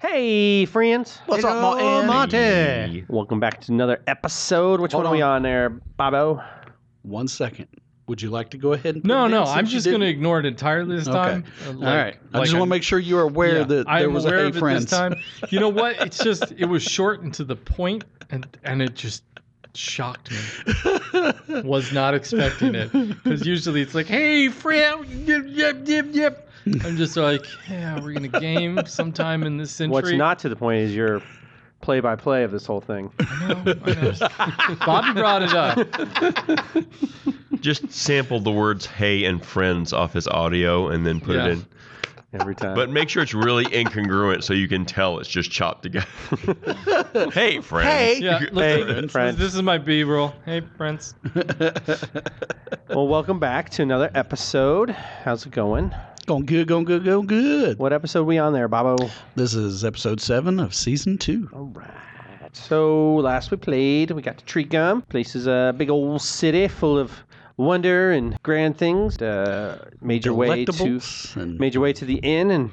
Hey, friends. What's up, Mo- Hello, Andy? Monty? Welcome back to another episode. Which Hold one are we on there, Bobo? One second. Would you like to go ahead and? put No, it no, in I'm since you just going to didn't? ignore it entirely this Okay. time. Uh, like- All right. I like just want I'm- to make sure you're aware yeah, that I'm there was aware a hey of it friends. This time. You know what? It's just it was short and to the point, and and it just shocked me. Was not expecting it because usually it's like, hey, friend, yep, yep, yep, yep. I'm just like, yeah, we're gonna game sometime in this century. What's not to the point is your play-by-play of this whole thing. I know, I know. Bobby brought it up. Just sample the words "hey" and "friends" off his audio, and then put Yeah. it in. Every time. But make sure it's really incongruent, so you can tell it's just chopped together. hey, friends. Hey. Yeah, look, Hey, this, friends. this is my B-roll. Hey, friends. well, welcome back to another episode. How's it going? going good, going good, going good. What episode we on there, Bobo? This is episode seven of season two. All right. So last we played, we got to Tree Gum. Place is a big old city full of wonder and grand things. Uh, made your way to Delectables and- made your way to the inn and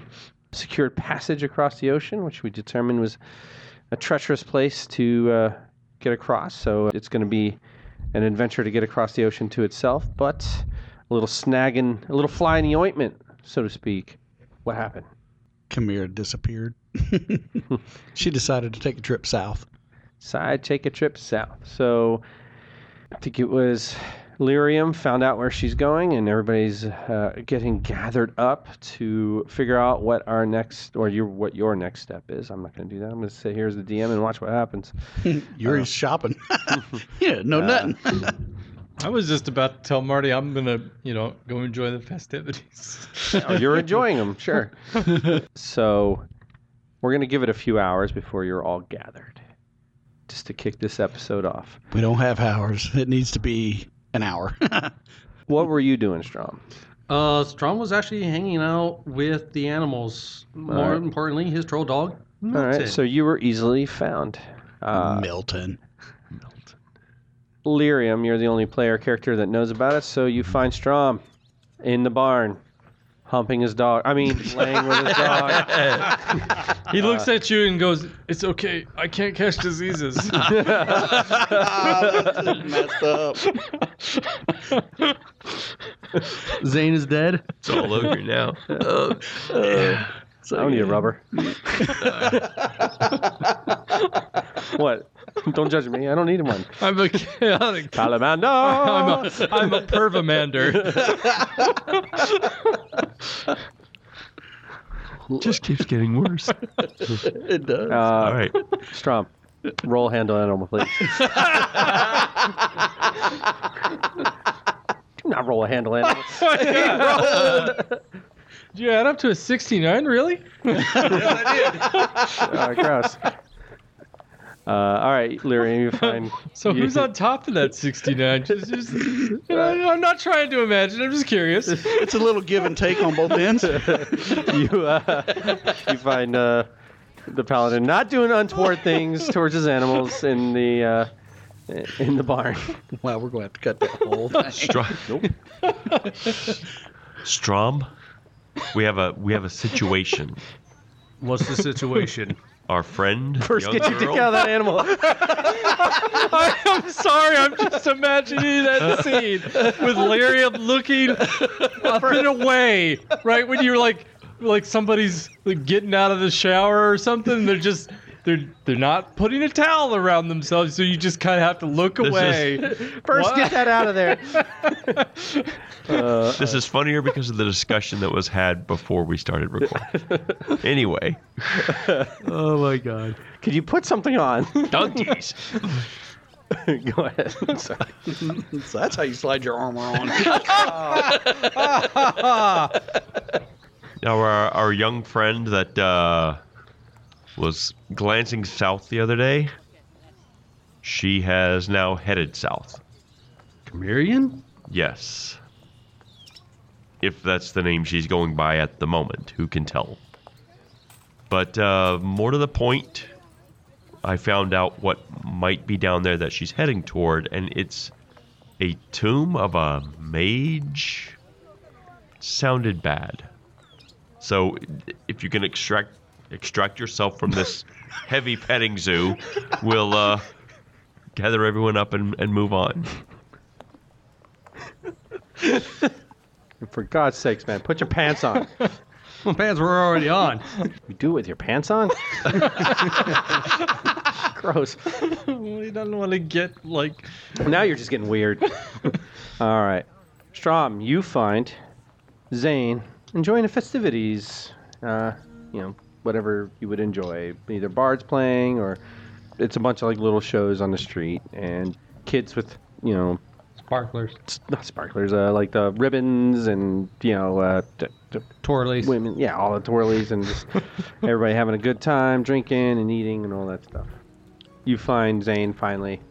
secured passage across the ocean, which we determined was a treacherous place to uh, get across. So it's going to be an adventure to get across the ocean to itself, but a little snag in, a little fly in the ointment, so to speak. What happened? Chimera disappeared. she decided to take a trip south. Side take a trip south. So I think it was Lyrium found out where she's going, and everybody's uh, getting gathered up to figure out what our next or your what your next step is. I'm not going to do that. I'm going to sit here as the DM and watch what happens. You're shopping. yeah, no nothing. I was just about to tell Marty I'm gonna, you know, go enjoy the festivities. Oh, you're enjoying them, sure. so we're going to give it a few hours before you're all gathered, just to kick this episode off. we don't have hours. It needs to be an hour. What were you doing, Strom? Uh, Strom was actually hanging out with the animals. More right. importantly, his troll dog. All right, Milton. so you were easily found. Uh, Milton. Lyrium, you're the only player character that knows about it, so Mm-hmm. you find Strom in the barn, humping his dog. I mean, laying with his dog. He uh, looks at you and goes, "It's okay. I can't catch diseases." Ah, messed up. Zane is dead. It's all over now. I don't need a rubber. what? Don't judge me. I don't need one. I'm a chaotic. I'm Salamander. a I'm a pervamander. just keeps getting worse. It does. all Uh, right. Strom, roll handle animal, please. Do not roll a handle animal. Did you add up to a 69? Really? Uh, gross. Uh, all right, Lyrium, you find. So who's on top of that 69? Just, just, you know, I'm not trying to imagine. I'm just curious. it's a little give and take on both ends. you uh, you find uh, the paladin not doing untoward things towards his animals in the uh, in the barn. Wow, we're going to have to cut that whole thing. Strom. Strom. We have a we have a situation. What's the situation? Our friend, First, young get your dick girl, out of that animal. I, am sorry. I'm just imagining that scene with Lyrium looking up and away, right when you're like, like somebody's like getting out of the shower or something. They're just. They're, they're not putting a towel around themselves, so you just kind of have to look is- away. First, What? get that out of there. Uh, This is funnier because of the discussion that was had before we started recording. anyway, oh my god. could you put something on? donkeys. Go ahead. Sorry. So that's how you slide your armor on. Now our our young friend that uh, was glancing south the other day, she has now headed south. Chimerian? Yes. If that's the name she's going by at the moment, who can tell? But uh, more to the point, I found out what might be down there that she's heading toward, and it's a tomb of a mage. Sounded bad. So if you can extract extract yourself from this heavy petting zoo. We'll uh, gather everyone up and, and move on. For God's sakes, man, put your pants on. My pants were already on. you do it with your pants on? Gross. he doesn't want to get like Now you're just getting weird. All right. Strom, you find Zane enjoying the festivities. Uh, you know, whatever you would enjoy. Either bards playing or it's a bunch of like little shows on the street and kids with, you know, Sparklers, s- not sparklers, uh, like the ribbons and, you know, uh, d- d- twirlies. women, yeah, all the twirlies and just everybody having a good time drinking and eating and all that stuff. You find Zane finally.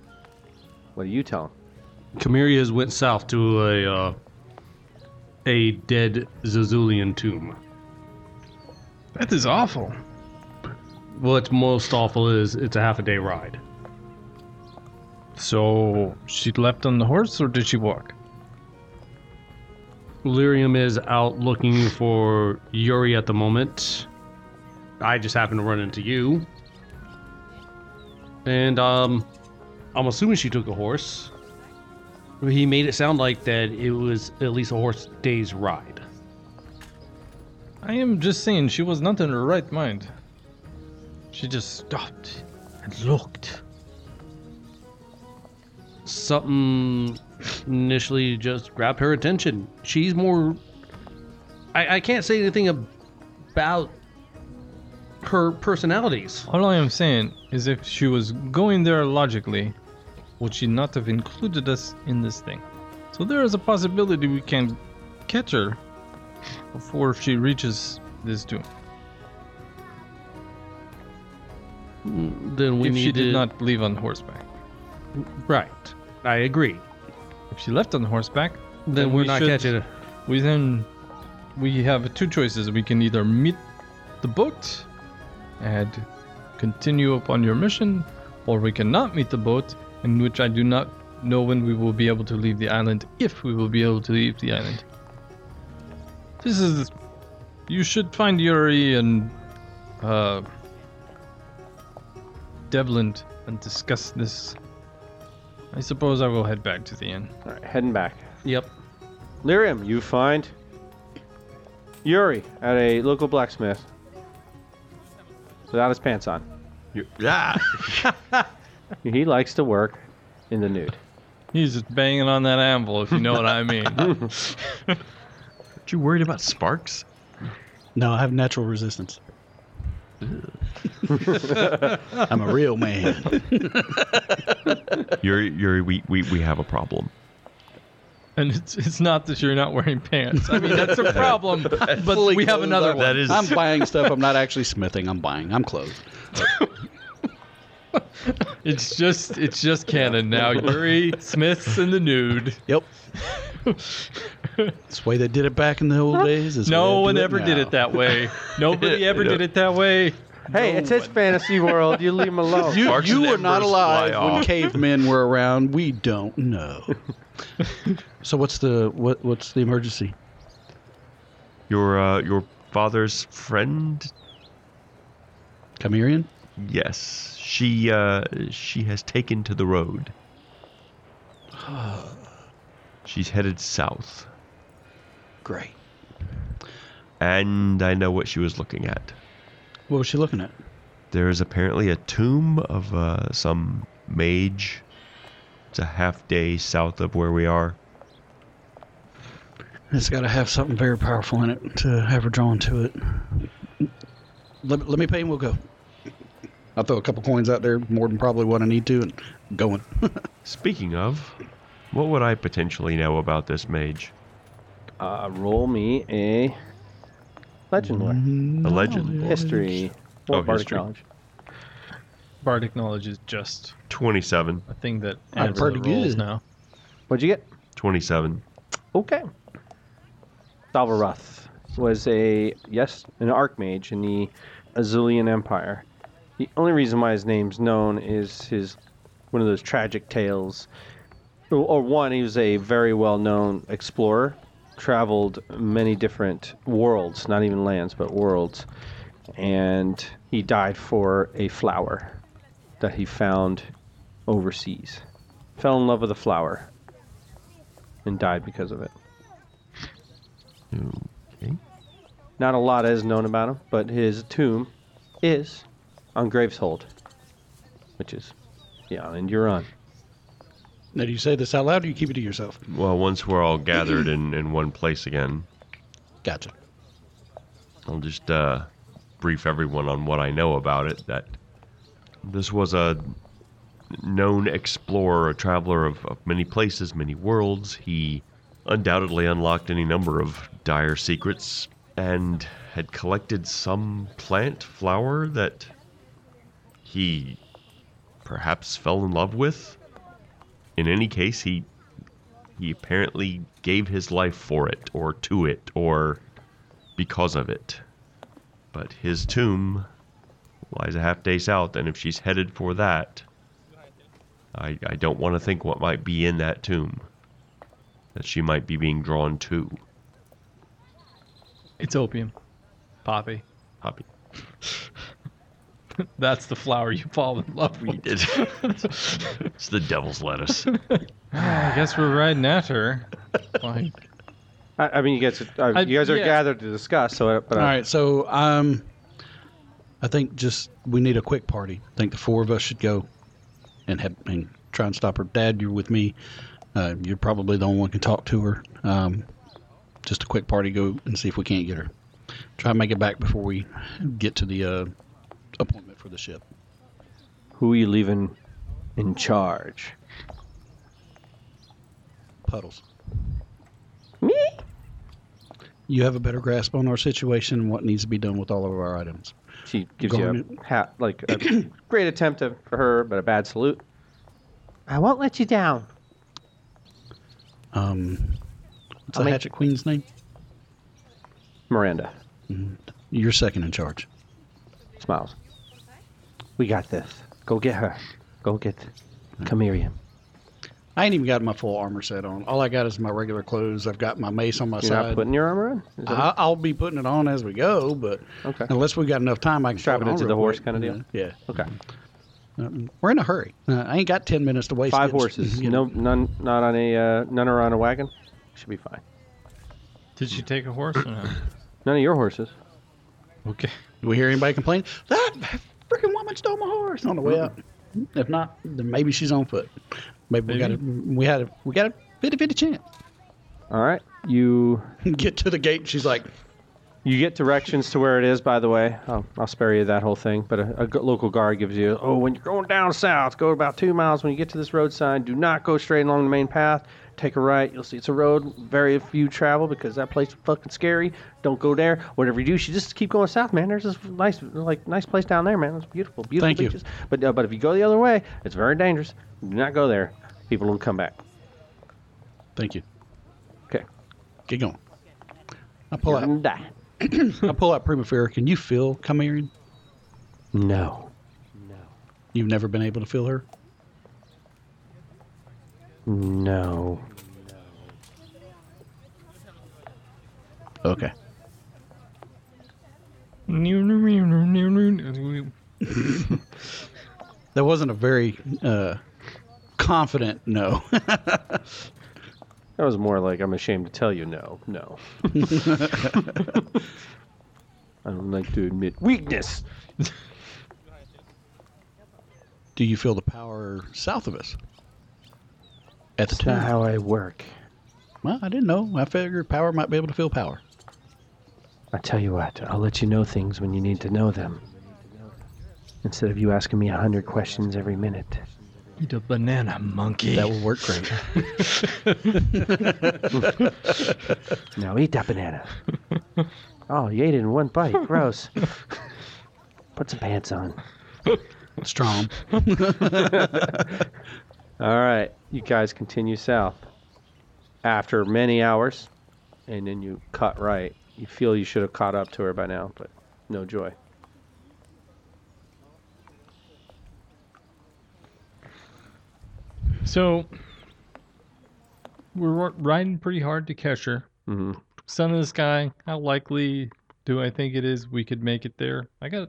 What do you tell him? Camirias went south to a uh, a dead Zazulian tomb. That is awful. What's most awful is it's a half a day ride. So she leapt on the horse, or did she walk? Lyrium is out looking for Yuri at the moment. I just happened to run into you. And um I'm assuming she took a horse. He made it sound like that it was at least a horse day's ride. I am just saying she was not in her right mind. She just stopped and looked. something initially just grabbed her attention. She's more. I, I can't say anything ab- about her personalities. All I am saying is if she was going there logically, would she not have included us in this thing? So there is a possibility we can catch her before she reaches this tomb. Then we if need she did to- not leave on horseback. Right. I agree. If she left on horseback, Then, Then we're we not should- catching her. we then we have two choices. We can either meet the boat and continue upon your mission, or we cannot meet the boat, in which I do not know when we will be able to leave the island, if we will be able to leave the island. This is you should find Yuri and uh Devland and discuss this. I suppose I will head back to the inn. All right, heading back. Yep. Lyrium, you find Yuri at a local blacksmith without his pants on. Yeah. He likes to work in the nude. He's just banging on that anvil, if you know what I mean. Aren't you worried about sparks? No, I have natural resistance. I'm a real man. Yuri, Yuri, we, we, we have a problem. And it's, it's not that you're not wearing pants. I mean, that's a problem, but we have another one. That is. I'm buying stuff I'm not actually smithing. I'm buying. I'm clothed. It's just it's just canon now. Yuri Smith's in the nude. Yep. It's the way they did it back in the old days. It's the way they No do one ever did it that way. Nobody ever did it that way. Hey, it's his fantasy world. You leave him alone. You, Sparks you and were not embers alive fly when off. cavemen were around. We don't know. so what's the what what's the emergency? Your, uh, your father's friend Chimerian? Yes, she uh, she has taken to the road. She's headed south, Great. and I know what she was looking at. What was she looking at? There is apparently a tomb of uh, some mage. It's a half day south of where we are. It's got to have something very powerful in it to have her drawn to it. Let, let me pay and we'll go. I'll throw a couple coins out there, more than probably what I need to, and going. Speaking of, what would I potentially know about this mage? Uh, roll me a legend lore, A legend. history, or Oh, bardic history. knowledge. Bardic knowledge is just Twenty-seven. a thing that I'm adds to the pretty rolls good. now. What'd you get? Twenty-seven. Okay. Dalvaroth was a yes, an archmage in the Azulian Empire. The only reason why his name's known is his one of those tragic tales. Or, or one, he was a very well-known explorer, traveled many different worlds, not even lands, but worlds, and he died for a flower that he found overseas. Fell in love with a flower and died because of it. Okay. Not a lot is known about him, but his tomb is on Graveshold, which is the island you're on. Now, do you say this out loud or do you keep it to yourself? Well, once we're all gathered in, in one place again, Gotcha. I'll just uh, brief everyone on what I know about it. That this was a known explorer, a traveler of, of many places, many worlds. He undoubtedly unlocked any number of dire secrets and had collected some plant, flower that he perhaps fell in love with. In any case, he he apparently gave his life for it, or to it, or because of it. But his tomb lies a half day south, and if she's headed for that, I, I don't want to think what might be in that tomb that she might be being drawn to. It's opium. Poppy. Poppy. That's the flower you fall in love with. it's the devil's lettuce. I guess we're riding at her. Like, I, I mean, you guys, uh, I- you guys are yeah. gathered to discuss. So, uh, but All uh, right, so um, I think just we need a quick party. I think the four of us should go and have and try and stop her. Dad, you're with me. Uh, you're probably the only one who can talk to her. Um, just a quick party, go and see if we can't get her. Try and make it back before we get to the uh, appointment for the ship. who are you leaving in charge? Puddles, Me? you have a better grasp on our situation and what needs to be done with all of our items. She gives you Garnet. a hat, like a great attempt of- for her, but a bad salute. I won't let you down. Um, what's I'll the make- hatchet queen's name? Miranda You're second in charge. smiles. We got this. Go get her. Go get Hmm. Camirian. I ain't even got my full armor set on. All I got is my regular clothes. I've got my mace on my You're side. not putting your armor on? Is that- I, I'll be putting it on as we go, but Okay. unless we've got enough time, I can Strap put it on into real the horse quick. kinda deal? Yeah, okay. Um, we're in a hurry. Uh, I ain't got ten minutes to waste. Five getting- horses. getting- No, none, not on a, uh, none are on a wagon. Should be fine. did she take a horse or not? None of your horses. Okay. Do we hear anybody complain? That freaking woman stole my horse on the way out. If not, then maybe she's on foot. Maybe, we got a we had a we got a 50-50 chance. All right. You Get to the gate. and She's like, You get directions to where it is, by the way. I'll, I'll spare you that whole thing. But a, a g- local guard gives you, oh, when you're going down south, go about two miles. When you get to this road sign, do not go straight along the main path. Take a right. You'll see it's a road. Very few travel because that place is fucking scary. Don't go there. Whatever you do, you should just keep going south, man. There's this nice, like, nice place down there, man. It's beautiful, beautiful Thank you. beaches. But uh, but if you go the other way, it's very dangerous. Do not go there. People will come back. "Thank you. Okay, Get going." I pull you're out gonna die. I pull out Primavera. Can you feel Chimerian? No, You've never been able to feel her? no. Okay. That wasn't a very uh, confident no. That was more like I'm ashamed to tell you no, no. I don't like to admit weakness. Do you feel the power south of us? At the It's not time. how I work. Well, I didn't know. I figured power might be able to feel power. I tell you what, I'll let you know things when you need to know them. Instead of you asking me a hundred questions every minute. Eat a banana, monkey. That will work great. Now eat that banana. oh, you ate it in one bite. Gross. Put some pants on. Strong. All right, you guys continue south. After many hours, and then you cut right. You feel you should have caught up to her by now, but no joy. So we're ri- riding pretty hard to catch her. Mhm. Sun in the sky. How likely do I think it is we could make it there? I got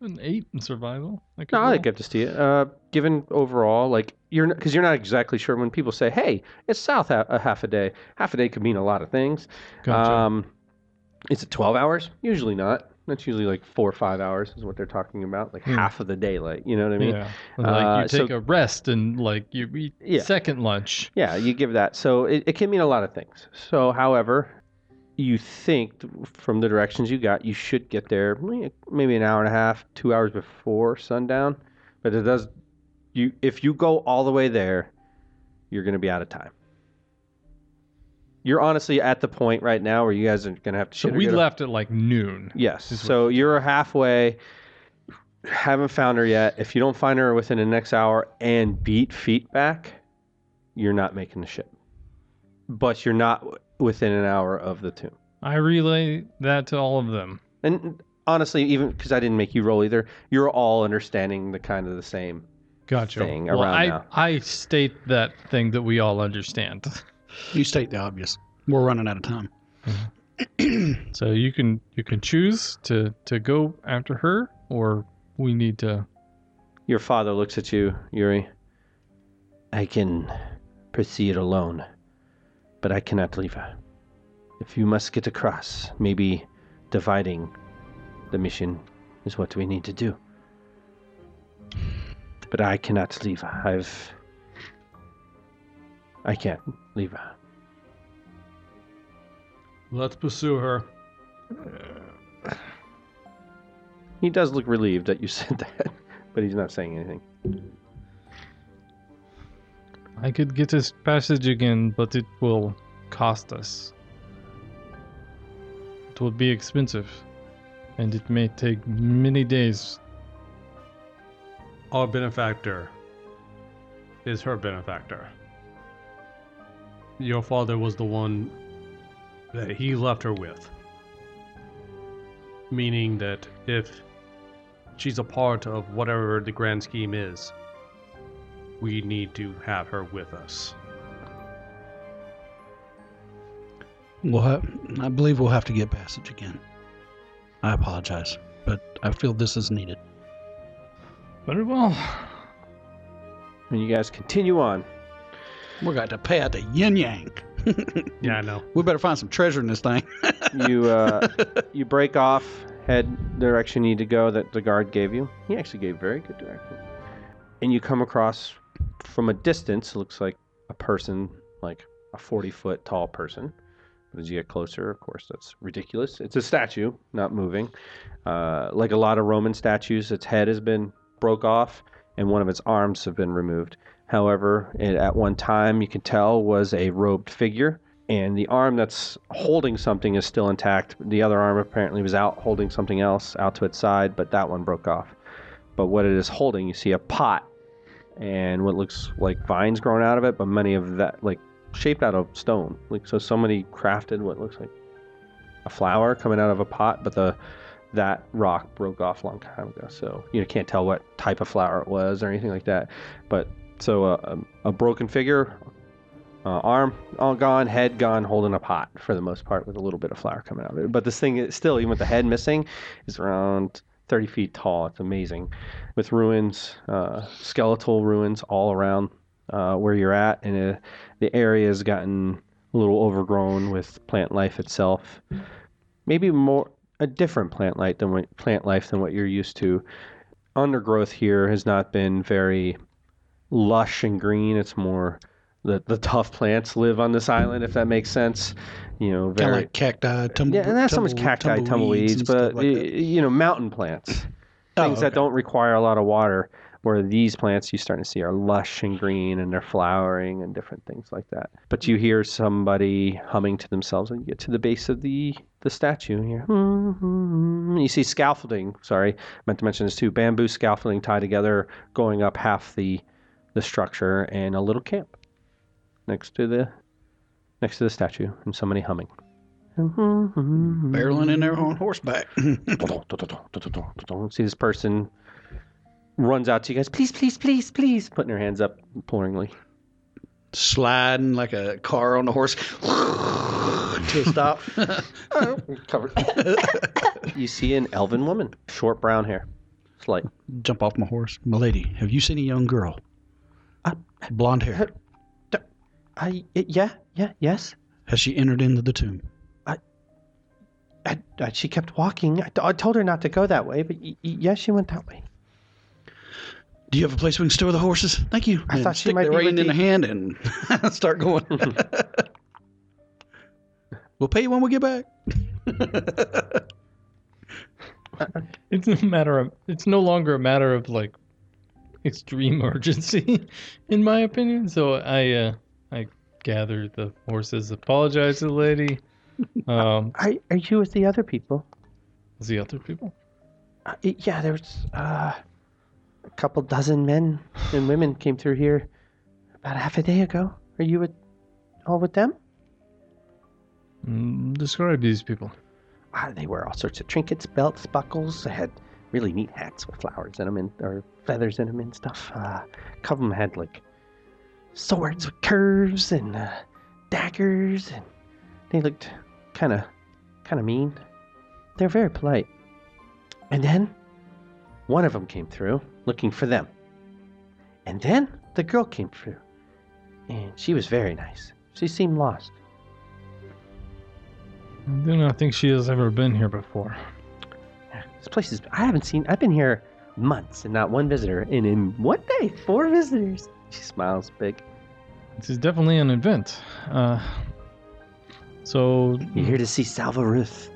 an eight in survival. I could No, I roll. think I've just uh, given overall, like you're because you're not exactly sure when people say, "Hey, it's south a, a half a day." Half a day could mean a lot of things. Gotcha. Um, is it twelve hours? Usually not. That's usually like four or five hours is what they're talking about, like Hmm. half of the daylight. You know what I mean? yeah. And, like uh, you so- take a rest and like you eat Yeah. second lunch. Yeah, you give that. So it, it can mean a lot of things. So, however, you think th- from the directions you got, you should get there may- maybe an hour and a half, two hours before sundown. But it does, you if you go all the way there, you're going to be out of time. You're honestly at the point right now where you guys are going to have to. So shit or we get up. left at like noon. Yes. is what- So you're halfway. Haven't found her yet. If you don't find her within the next hour and beat feet back, you're not making the ship. But you're not w- within an hour of the tomb. I relay that to all of them. And honestly, even because I didn't make you roll either, you're all understanding the kind of the same. Gotcha. Thing well, around I now. I state that thing that we all understand. You state the obvious. We're running out of time. So you can you can choose to to go after her, or we need to. Your father looks at you, Yuri. I can proceed alone, but I cannot leave her. If you must get across, maybe dividing the mission is what we need to do. But I cannot leave her. I've. I can't leave her. Let's pursue her. He does look relieved that you said that, but he's not saying anything. I could get this passage again, but it will cost us. It will be expensive, and it may take many days. Our benefactor is her benefactor. Your father was the one that he left her with. Meaning that if she's a part of whatever the grand scheme is, we need to have her with us. Well, I, I believe we'll have to get passage again. I apologize, but I feel this is needed. Very well. And you guys continue on. We're going to pay out the yin yang. Yeah, I know. We better find some treasure in this thing. you uh, you break off, head the direction you need to go that the guard gave you. He actually gave very good direction. And you come across from a distance, looks like a person, like a 40 foot tall person. But as you get closer, of course, that's ridiculous. It's a statue, not moving. Uh, like a lot of Roman statues, its head has been broke off and one of its arms have been removed. However, it at one time, you can tell, was a robed figure and the arm that's holding something is still intact. The other arm apparently was out holding something else out to its side, but that one broke off. But what it is holding, you see a pot and what looks like vines growing out of it, but many of that like shaped out of stone. Like so somebody crafted what looks like a flower coming out of a pot, but the that rock broke off a long time ago. So you can't tell what type of flower it was or anything like that. But so uh, a, a broken figure, uh, arm all gone, head gone, holding a pot for the most part with a little bit of flour coming out of it. But this thing is still, even with the head missing, is around 30 feet tall. It's amazing. With ruins, uh, skeletal ruins all around uh, where you're at. And uh, the area has gotten a little overgrown with plant life itself. Maybe more a different plant life than what, plant life than what you're used to. Undergrowth here has not been very lush and green. It's more the the tough plants live on this island, if that makes sense. You know, Kind very of like cacti, tumble, yeah, and not so much tumble- cacti, tumbleweeds, and but stuff like y- that. you know, mountain plants, Oh, things that okay. don't require a lot of water. Where these plants you starting to see are lush and green, and they're flowering and different things like that. But you hear somebody humming to themselves, and you get to the base of the the statue, and you hear, "Hmm." you see scaffolding. Sorry, meant to mention this too. Bamboo scaffolding tied together, going up half the the structure, and a little camp next to the next to the statue, and somebody humming. Hmm, barreling in there on horseback. See this person runs out to you guys, please, please, please, please, putting her hands up imploringly. Sliding like a car on a horse. to a stop. Covered. you see an elven woman, short brown hair, slight. Jump off my horse. My lady, have you seen a young girl? Blonde hair. I yeah yeah yes. Has she entered into the tomb? I, I, uh, she kept walking. I, I told her not to go that way, but y- y- yeah, she went that way. Do you have a place we can store the horses? Thank you. I And thought she stick might the be rein with in the- the hand and start going. we'll pay you when we get back. It's a matter of. It's no longer a matter of like extreme urgency, in my opinion. So I, uh, I gather the horses. Apologize to the lady. Um, I are you with the other people? was the other people? Uh, y- yeah, there was uh, a couple dozen men and women came through here about half a day ago. Are you with, all with them? Mm, describe these people. Ah, they wear all sorts of trinkets, belts, buckles. They had really neat hats with flowers in them and or feathers in them and stuff. Uh, a couple of them had like swords with curves and uh, daggers, and they looked kind of kind of mean. They're very polite. And then one of them came through looking for them. And then the girl came through, and she was very nice. She seemed lost. I do not think she has ever been here before. This place is. I haven't seen. I've been here months and not one visitor. And in one day, four visitors. She smiles big. This is definitely an event. Uh, so You're here to see Salva Ruth.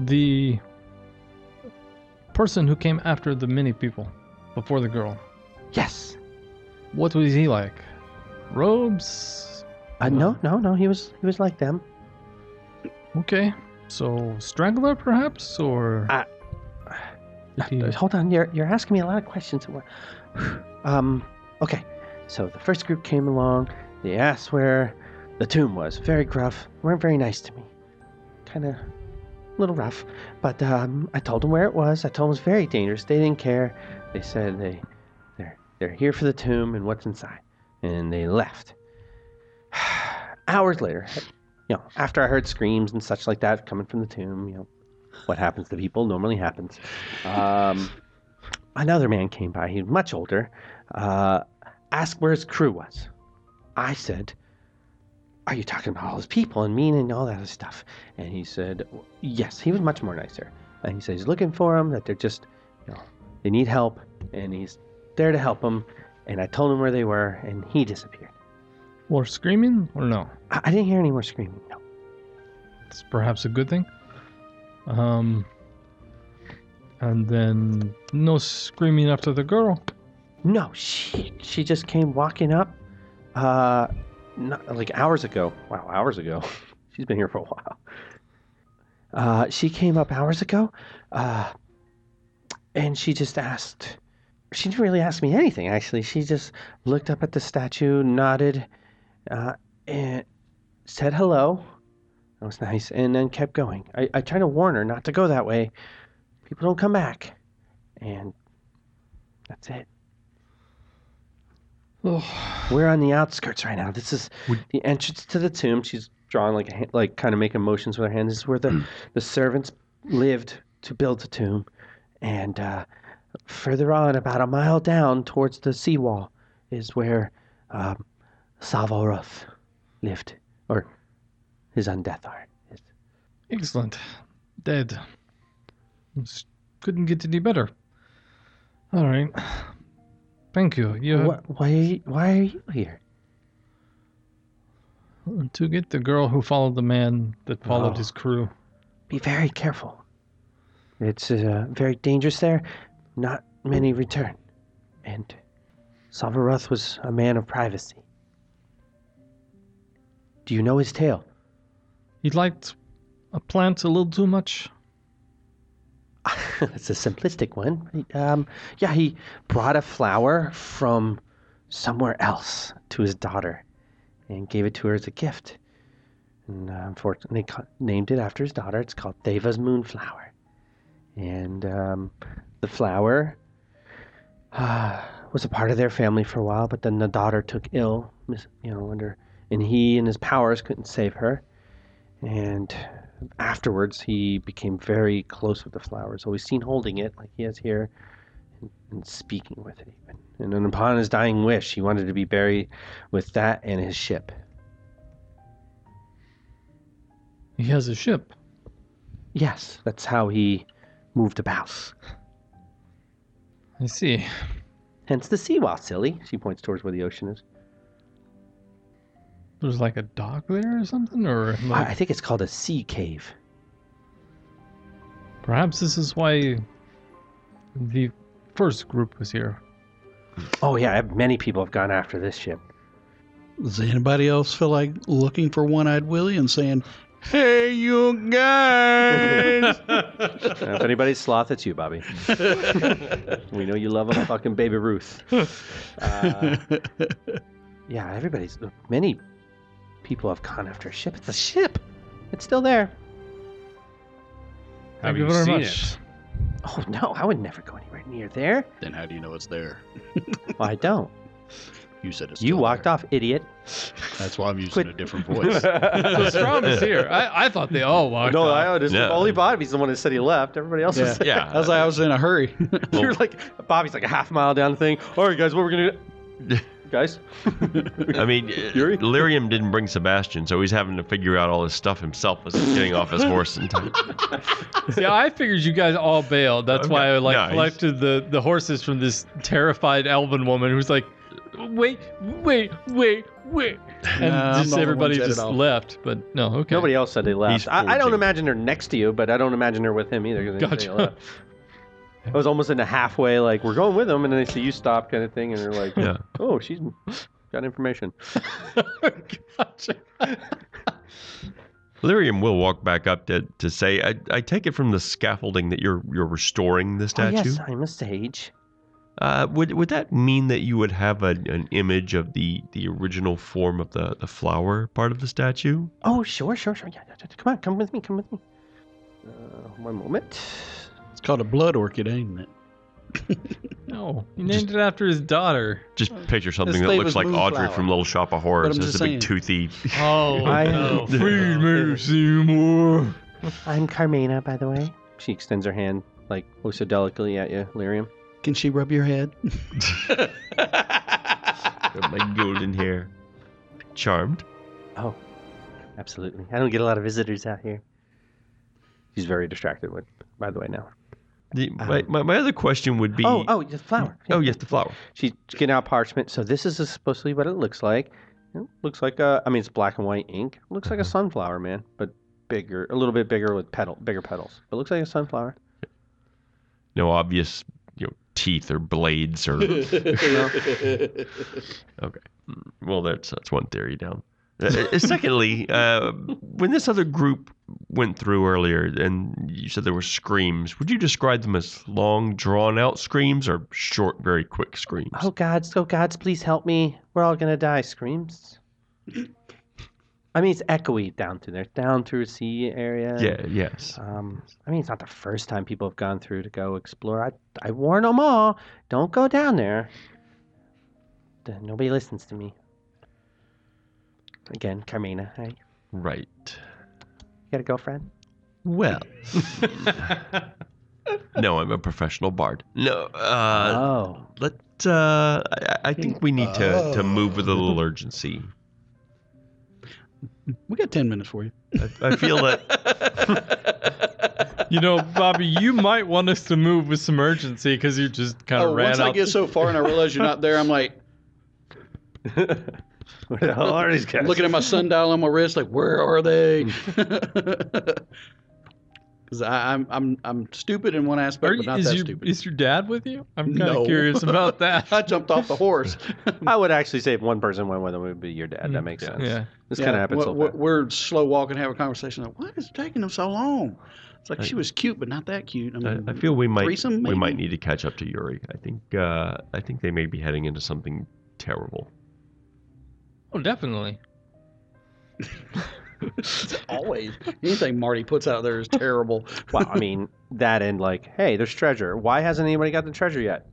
the person who came after the many people before the girl, Yes. what was he like? Robes? Uh, no, no, no. He was. He was like them. Okay. So strangler perhaps or Ah. Did he- Hold on. You're you're asking me a lot of questions at once. Um. Okay. So the first group came along. They asked where the tomb was. Very gruff. weren't very nice to me. Kind of little rough. But um, I told them where it was. I told them it was very dangerous. They didn't care. They said they they're they're here for the tomb and what's inside, and they left. Hours later, you know, after I heard screams and such like that coming from the tomb, you know, what happens to people normally happens. Um, another man came by. He was much older. Uh, asked where his crew was. I said, "Are you talking about all his people and mean and all that other stuff?" And he said, "Yes." He was much more nicer. And he said he's looking for them. That they're just, you know, they need help, and he's there to help them. And I told him where they were, and he disappeared. or screaming or no? I, I didn't hear any more screaming. No. It's perhaps a good thing. Um and then no screaming after the girl. No, she she just came walking up, uh, not, like hours ago. Wow, hours ago. She's been here for a while. Uh, she came up hours ago, uh, and she just asked. She didn't really ask me anything actually. She just looked up at the statue, nodded, uh, and said hello. That was nice, and then kept going. I, I tried to warn her not to go that way. People don't come back, and that's it. We're on the outskirts right now. This is the entrance to the tomb. She's drawing like a hand, like kind of making motions with her hand. This is where the, the servants lived to build the tomb, and uh, further on, about a mile down towards the seawall, is where um, Savoroth lived, or his undeath are. His- Excellent. Dead. Just couldn't get any better. All right. Thank you. You have Wh- why why are you here? to get the girl who followed the man that followed Oh. his crew. Be very careful. It's uh, very dangerous there. Not many return. And Savaroth was a man of privacy. Do you know his tale? He liked a plant a little too much. That's a simplistic one. Um, yeah, he brought a flower from somewhere else to his daughter and gave it to her as a gift. And uh, unfortunately, ca- named it after his daughter. It's called Deva's Moonflower. And um, the flower uh, was a part of their family for a while, but then the daughter took ill, mis- you know, under and he and his powers couldn't save her. And afterwards, he became very close with the flower. It's always seen holding it, like he has here, and, and speaking with it even. And then upon his dying wish, he wanted to be buried with that and his ship. He has a ship. Yes, that's how he moved about. I see. Hence the sea wall, silly. She points towards where the ocean is. There's like a dock there or something, or I- like, I think it's called a sea cave. perhaps this is why the first group was here. Oh yeah, many people have gone after this ship. Does anybody else feel like looking for One Eyed Willie and saying, Hey, you guys? Uh, if anybody's sloth, it's you, Bobby. we know you love a fucking baby Ruth. Uh, yeah, everybody's. Many people have gone after a ship. It's a ship. It's still there. Have Thank you you very seen much. it? Oh no, I would never go anywhere near there. then how do you know it's there? Well, I don't. You said it's You still walked there. off, idiot. That's why I'm using Quit. a different voice. So Strom is here. I, I thought they all walked. no, off. I just Yeah. only Bobby's the one that said he left. Everybody else was. Yeah. I was like, I was in a hurry. You're like Bobby's like a half mile down the thing. All right, guys, what we're gonna do? guys, I mean, uh, Yuri? Lyrium didn't bring Sebastian, so he's having to figure out all this stuff himself as he's getting off his horse in time. Yeah, I figured you guys all bailed. That's Okay. why I like No, he's- collected the, the horses from this terrified elven woman who's like, wait, wait, wait, wait, Nah, I'm and not the just one everybody said it just all. left. But no, okay. Nobody else said they left. He's I, I don't forging. imagine her next to you, but I don't imagine her with him either. 'cause they didn't say they Gotcha. left. I was almost in a halfway, like we're going with him, and then they see you stop, kind of thing, and they're like, Yeah. "Oh, she's got information." gotcha. Lyrium will walk back up to, to say, I, I take it from the scaffolding that you're you're restoring the statue. Oh, yes, I'm a sage. uh, would would that mean that you would have a, an image of the, the original form of the, the flower part of the statue? Oh, sure, sure, sure. Yeah, yeah, yeah. Come on, come with me, come with me. Uh, one moment. it's called a blood orchid, ain't it? No, he named it after his daughter. Just picture something that slave looks is like Audrey Moonflower. from Little Shop of Horrors. But I'm It's a just big saying. toothy. Oh, I am no. afraid, Mary Seymour. I'm Carmena, by the way. She extends her hand, like, oh, so delicately at you, Lyrium. Can she rub your head? Got my golden hair. Charmed. Oh, absolutely. I don't get a lot of visitors out here. She's very distracted, with, by the way, now. The, my, my, my other question would be. Oh, oh, the flower. oh yes, the flower. She's getting out parchment. So this is supposedly what it looks like. It looks like a, I mean, it's black and white ink. Looks like a sunflower, man, but bigger, a little bit bigger with petal, bigger petals. It looks like a sunflower. No obvious, you know, teeth or blades or. okay. Well, that's that's one theory down. Uh, secondly, uh, when this other group went through earlier, and you said there were screams, would you describe them as long, drawn-out screams or short, very quick screams? Oh gods, oh gods, please help me. We're all gonna die. Screams. I mean, it's echoey down through there, down through the sea area. Yeah. Yes. Um, I mean, it's not the first time people have gone through to go explore. I, I warn them all, don't go down there. Then Nobody listens to me. Again, Carmina, hey, you Right. got a girlfriend? Well. no, I'm a professional bard. No, uh, oh, let. Uh, I, I think we need to, to move with a little urgency. We got 10 minutes for you. I feel that You know, Bobby, you might want us to move with some urgency because you just kind Oh, of ran out. so far and Oh, I realize you're not there, I'm like where the hell are these guys? looking at my sundial on my wrist, like, where are they? Because I'm I'm I'm stupid in one aspect, Are but you- not is, that your, stupid. is your dad with you? I'm kind of No. curious about that. I jumped off the horse. I would actually say if one person went with them, it would be your dad. That makes sense. Mm, yeah. This Yeah, kind of happens. so We're, we're, fast. we're slow walking, have a conversation. Like, what is taking them so long? It's like she was cute, but not that cute. I I, Hmm. mean, I feel we might Threesome, we maybe? might need to catch up to Yuri. I think uh, I think they may be heading into something terrible. Oh, definitely. always anything Marty puts out there is terrible. well, I mean, that and like, hey, there's treasure. Why hasn't anybody got the treasure yet?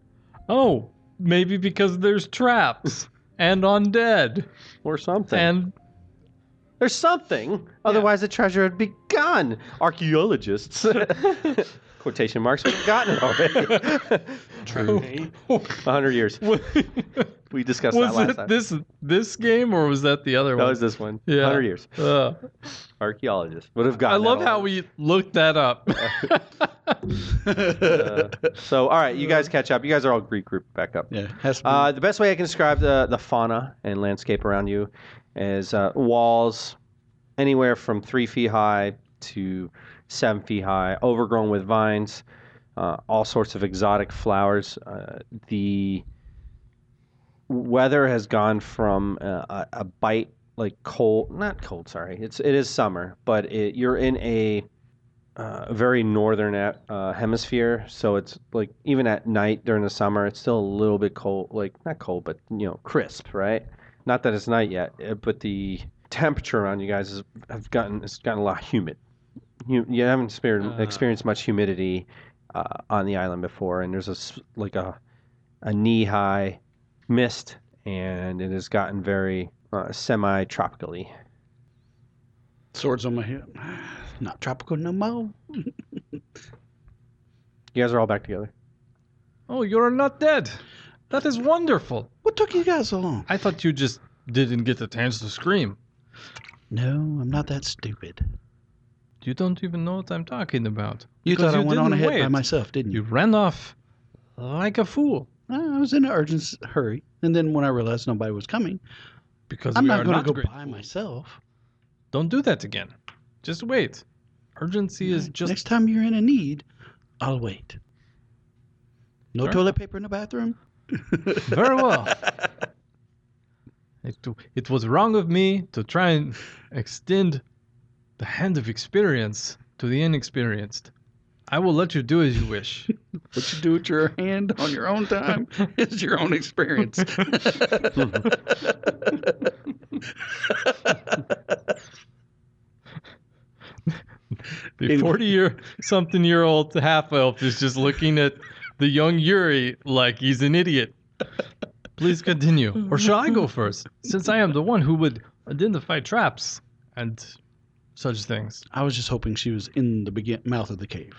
Oh, maybe because there's traps and undead Or something. and There's something. Otherwise, the treasure would be gone. Archaeologists. Quotation marks. We've gotten it already. oh, True. A hundred years. We discussed that was last it time. this this game or was that the that other one? was this one. Yeah. Hundred years. Uh, Archaeologists would have I gotten. that love how already. we looked that up. Uh, so, all right, you guys catch up. You guys are all regrouped back up. Yeah, has to be Uh, the best way I can describe the, the fauna and landscape around you is uh, walls anywhere from three feet high to seven feet high, overgrown with vines, uh, all sorts of exotic flowers. Uh, the weather has gone from uh, a, a bite like cold, not cold, sorry. It's it is summer, but it, you're in a uh, very northern at, uh, hemisphere, so it's like even at night during the summer, it's still a little bit cold, like not cold, but you know, crisp, right? Not that it's night yet, uh, but the temperature around you guys has have gotten it's gotten a lot humid. You you haven't experienced, Ah. experienced much humidity uh, on the island before, and there's a s- like a a knee high mist, and it has gotten very uh, semi tropically. swords on my hip. Not tropical no more. You guys are all back together. oh, you're not dead. That is wonderful. What took you guys so long? I thought you just didn't get the chance to scream. No, I'm not that stupid. You don't even know what I'm talking about. You Because thought I you went on didn't ahead by wait. myself, didn't You you? ran off like a fool I was in an urgent hurry, and then when I realized nobody was coming, because I'm we not are going not to go great. by myself. Don't do that again. Just wait. Urgency is just Next time you're in a need, I'll wait. No Sure. toilet paper in the bathroom. very well. It, it was wrong of me to try and extend the hand of experience to the inexperienced. I will let you do as you wish. What you do with your hand on your own time is your own experience. The 40 year something year old half elf is just looking at the young Yuri like he's an idiot. Please continue. Or shall I go first? Since I am the one who would identify traps and such things. I was just hoping she was in the begin- mouth of the cave.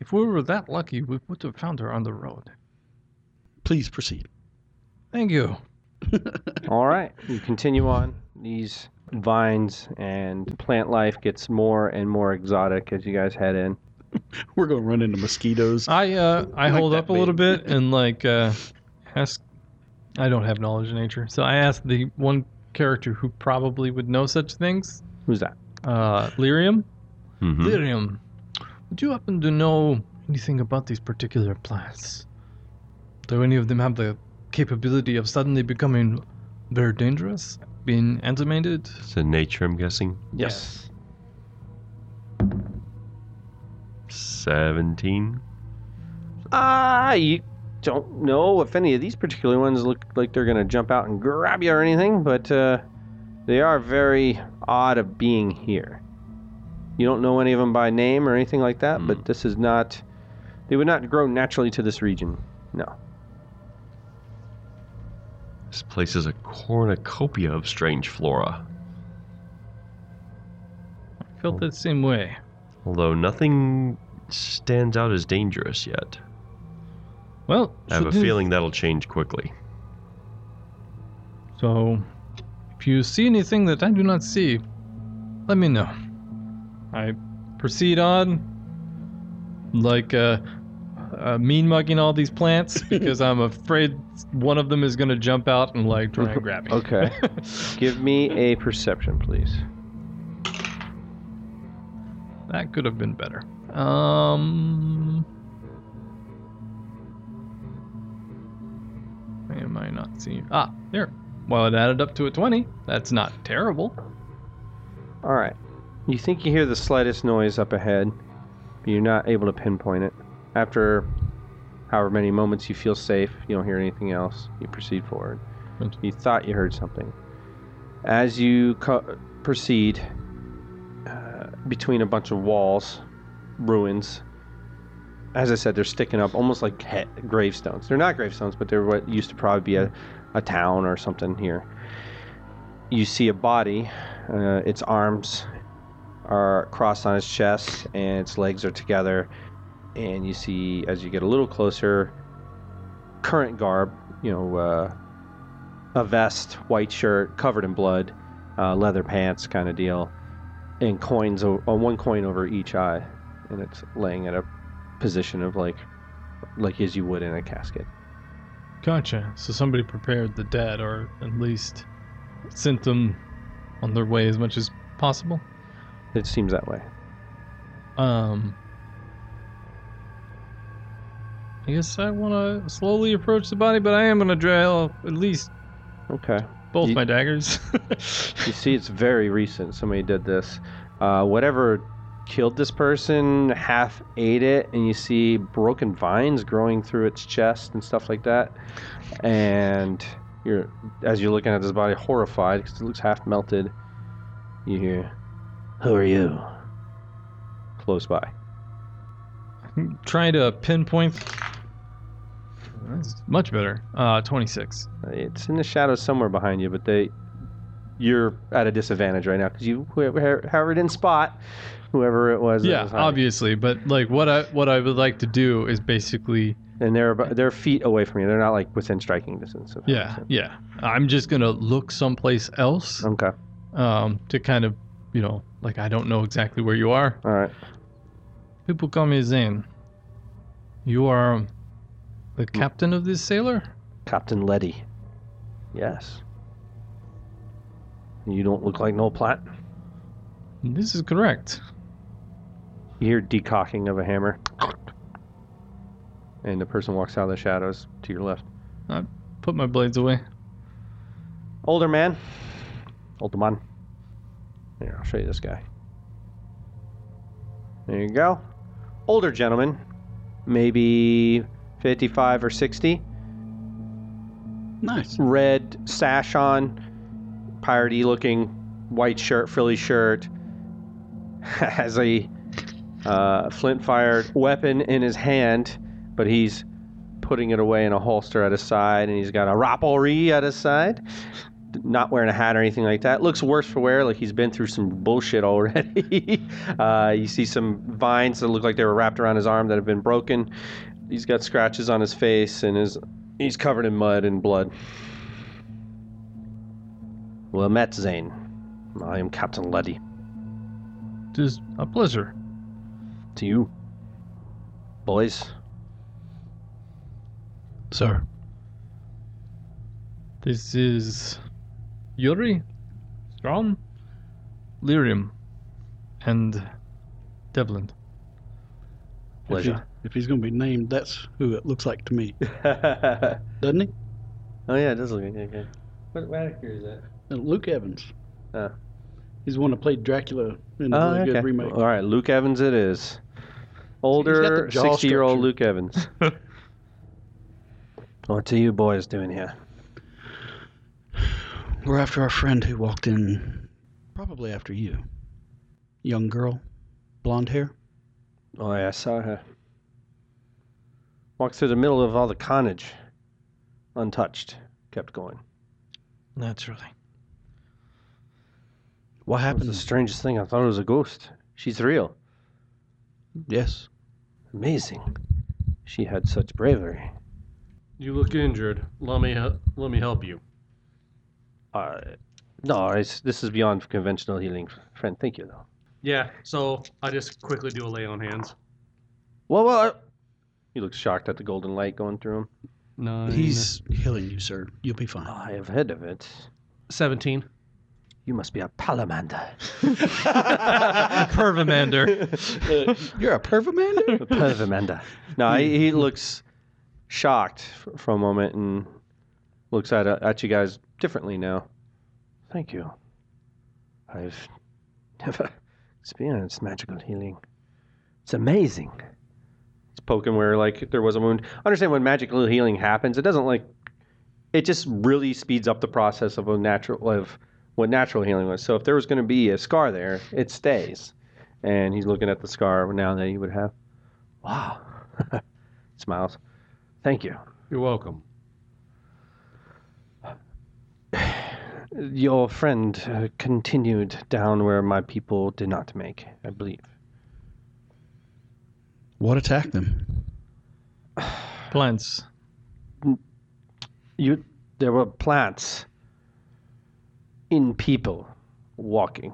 If we were that lucky, we would have found her on the road. Please proceed. Thank you. All right, you continue on. These vines and plant life gets more and more exotic as you guys head in. We're going to run into mosquitoes. I uh I Like hold that up a little baby. bit and like uh ask I don't have knowledge of nature. So I asked the one character who probably would know such things, Who's that? uh Lyrium. Mhm. Lyrium, would you happen to know anything about these particular plants? Do any of them have the capability of suddenly becoming very dangerous? Being animated? It's in nature, I'm guessing. Yes. 17. Ah, you don't know if any of these particular ones look like they're going to jump out and grab you or anything, but uh, they are very odd of being here. You don't know any of them by name or anything like that, but this is not. They would not grow naturally to this region. No. This place is a cornucopia of strange flora. I felt that same way. Although nothing stands out as dangerous yet. Well, I have a shouldn't- feeling that'll change quickly. So, if you see anything that I do not see, let me know. I proceed on, like uh, uh, mean mugging all these plants because I'm afraid one of them is gonna jump out and like try and grab me. Okay. Give me a perception, please. That could have been better. Um. why Am I not seeing? Ah, there. Well, it added up to a 20. That's not terrible. All right. You think you hear the slightest noise up ahead, but you're not able to pinpoint it. After however many moments you feel safe, you don't hear anything else, you proceed forward. Good. You thought you heard something. As you co- proceed uh, between a bunch of walls, ruins, as I said, they're sticking up almost like he- gravestones. They're not gravestones, but they're what used to probably be a, a town or something here. you see a body. Uh, its arms are crossed on its chest, and its legs are together. And you see, as you get a little closer, current garb. You know, uh, a vest, white shirt, covered in blood, uh, leather pants, kind of deal, and coins o- uh, one coin over each eye, and it's laying at a position of like, like as you would in a casket. Gotcha. So somebody prepared the dead, or at least sent them on their way as much as possible. It seems that way. Um, I guess I want to slowly approach the body, but I am going to draw at least Okay. both Ye- my daggers. You see, it's very recent. Somebody did this. Uh, whatever killed this person half ate it, and you see broken vines growing through its chest and stuff like that. And you're, as you're looking at this body, horrified because it looks half melted. You hear, "Who are you?" Close by. Trying to pinpoint. That's much better. Uh, 26. It's in the shadows somewhere behind you, but they, you're at a disadvantage right now because you, whoever, however, didn't spot whoever it was. that Yeah, was hiding. obviously, but like what I what I would like to do is basically and they're about, they're feet away from you. They're not like within striking distance. Of yeah, yeah. I'm just going to look someplace else Okay. um to kind of, you know, like I don't know exactly where you are. All right. People call me Zane. You are um, the captain of this sailor? Captain Letty. Yes. You don't look like no plat. This is correct. You hear decocking of a hammer. And the person walks out of the shadows to your left. Put my blades away. Older man. Older man. Here, I'll show you this guy. There you go. Older gentleman. Maybe 55 or 60. Nice. red sash on, piratey looking, white shirt, frilly shirt, has a uh, flint fired weapon in his hand, but he's putting it away in a holster at his side, and he's got a rappelry at his side. Not wearing a hat or anything like that. Looks worse for wear, like he's been through some bullshit already. uh, you see some vines that look like they were wrapped around his arm that have been broken. He's got scratches on his face, and his he's covered in mud and blood. Well met, Zane. I am Captain Luddy. It is a pleasure. To you. Boys, Sir. This is Yuri, Strom, Lyrium, and Devlin. If, he- pleasure. if he's going to be named, that's who it looks like to me, oh, doesn't he? yeah, it does look good. good. What, what actor is that? And Uh, Luke Evans. Oh. He's the one that played Dracula in the Oh, really okay. good remake. All right, Luke Evans it is. Older, jaw 60 year old structure. Luke Evans. what are you boys doing here? We're after our friend who walked in, probably after you. Young girl, blonde hair. Oh, yeah, I saw her. Walked through the middle of all the carnage. Untouched. Kept going. Naturally. What That was happened? the strangest thing. I thought it was a ghost. She's real. yes. Amazing. She had such bravery. You look injured. Let me he- let me help you. Uh, no, it's, this is beyond conventional healing, friend. Thank you, though. Yeah. So I just quickly do a lay on hands. Well, well. I... He looks shocked at the golden light going through him. Uh, Nine. He's healing you, sir. You'll be fine. I have heard of it. seventeen. You must be a palamander. Pervamander. You're a pervamander? A pervamander. No, he, he looks shocked f- for a moment and looks at, uh, at you guys differently now. Thank you. I've never experienced magical healing. It's amazing. It's poking where like there was a wound. Understand when magical healing happens, it doesn't like it just really speeds up the process of a natural of what natural healing was. So if there was going to be a scar there, it stays. And he's looking at the scar now that he would have. Wow. Smiles. Thank you. You're welcome. your friend uh, continued down where my people did not make, I believe. What attacked them? Plants. You, there were plants in people walking.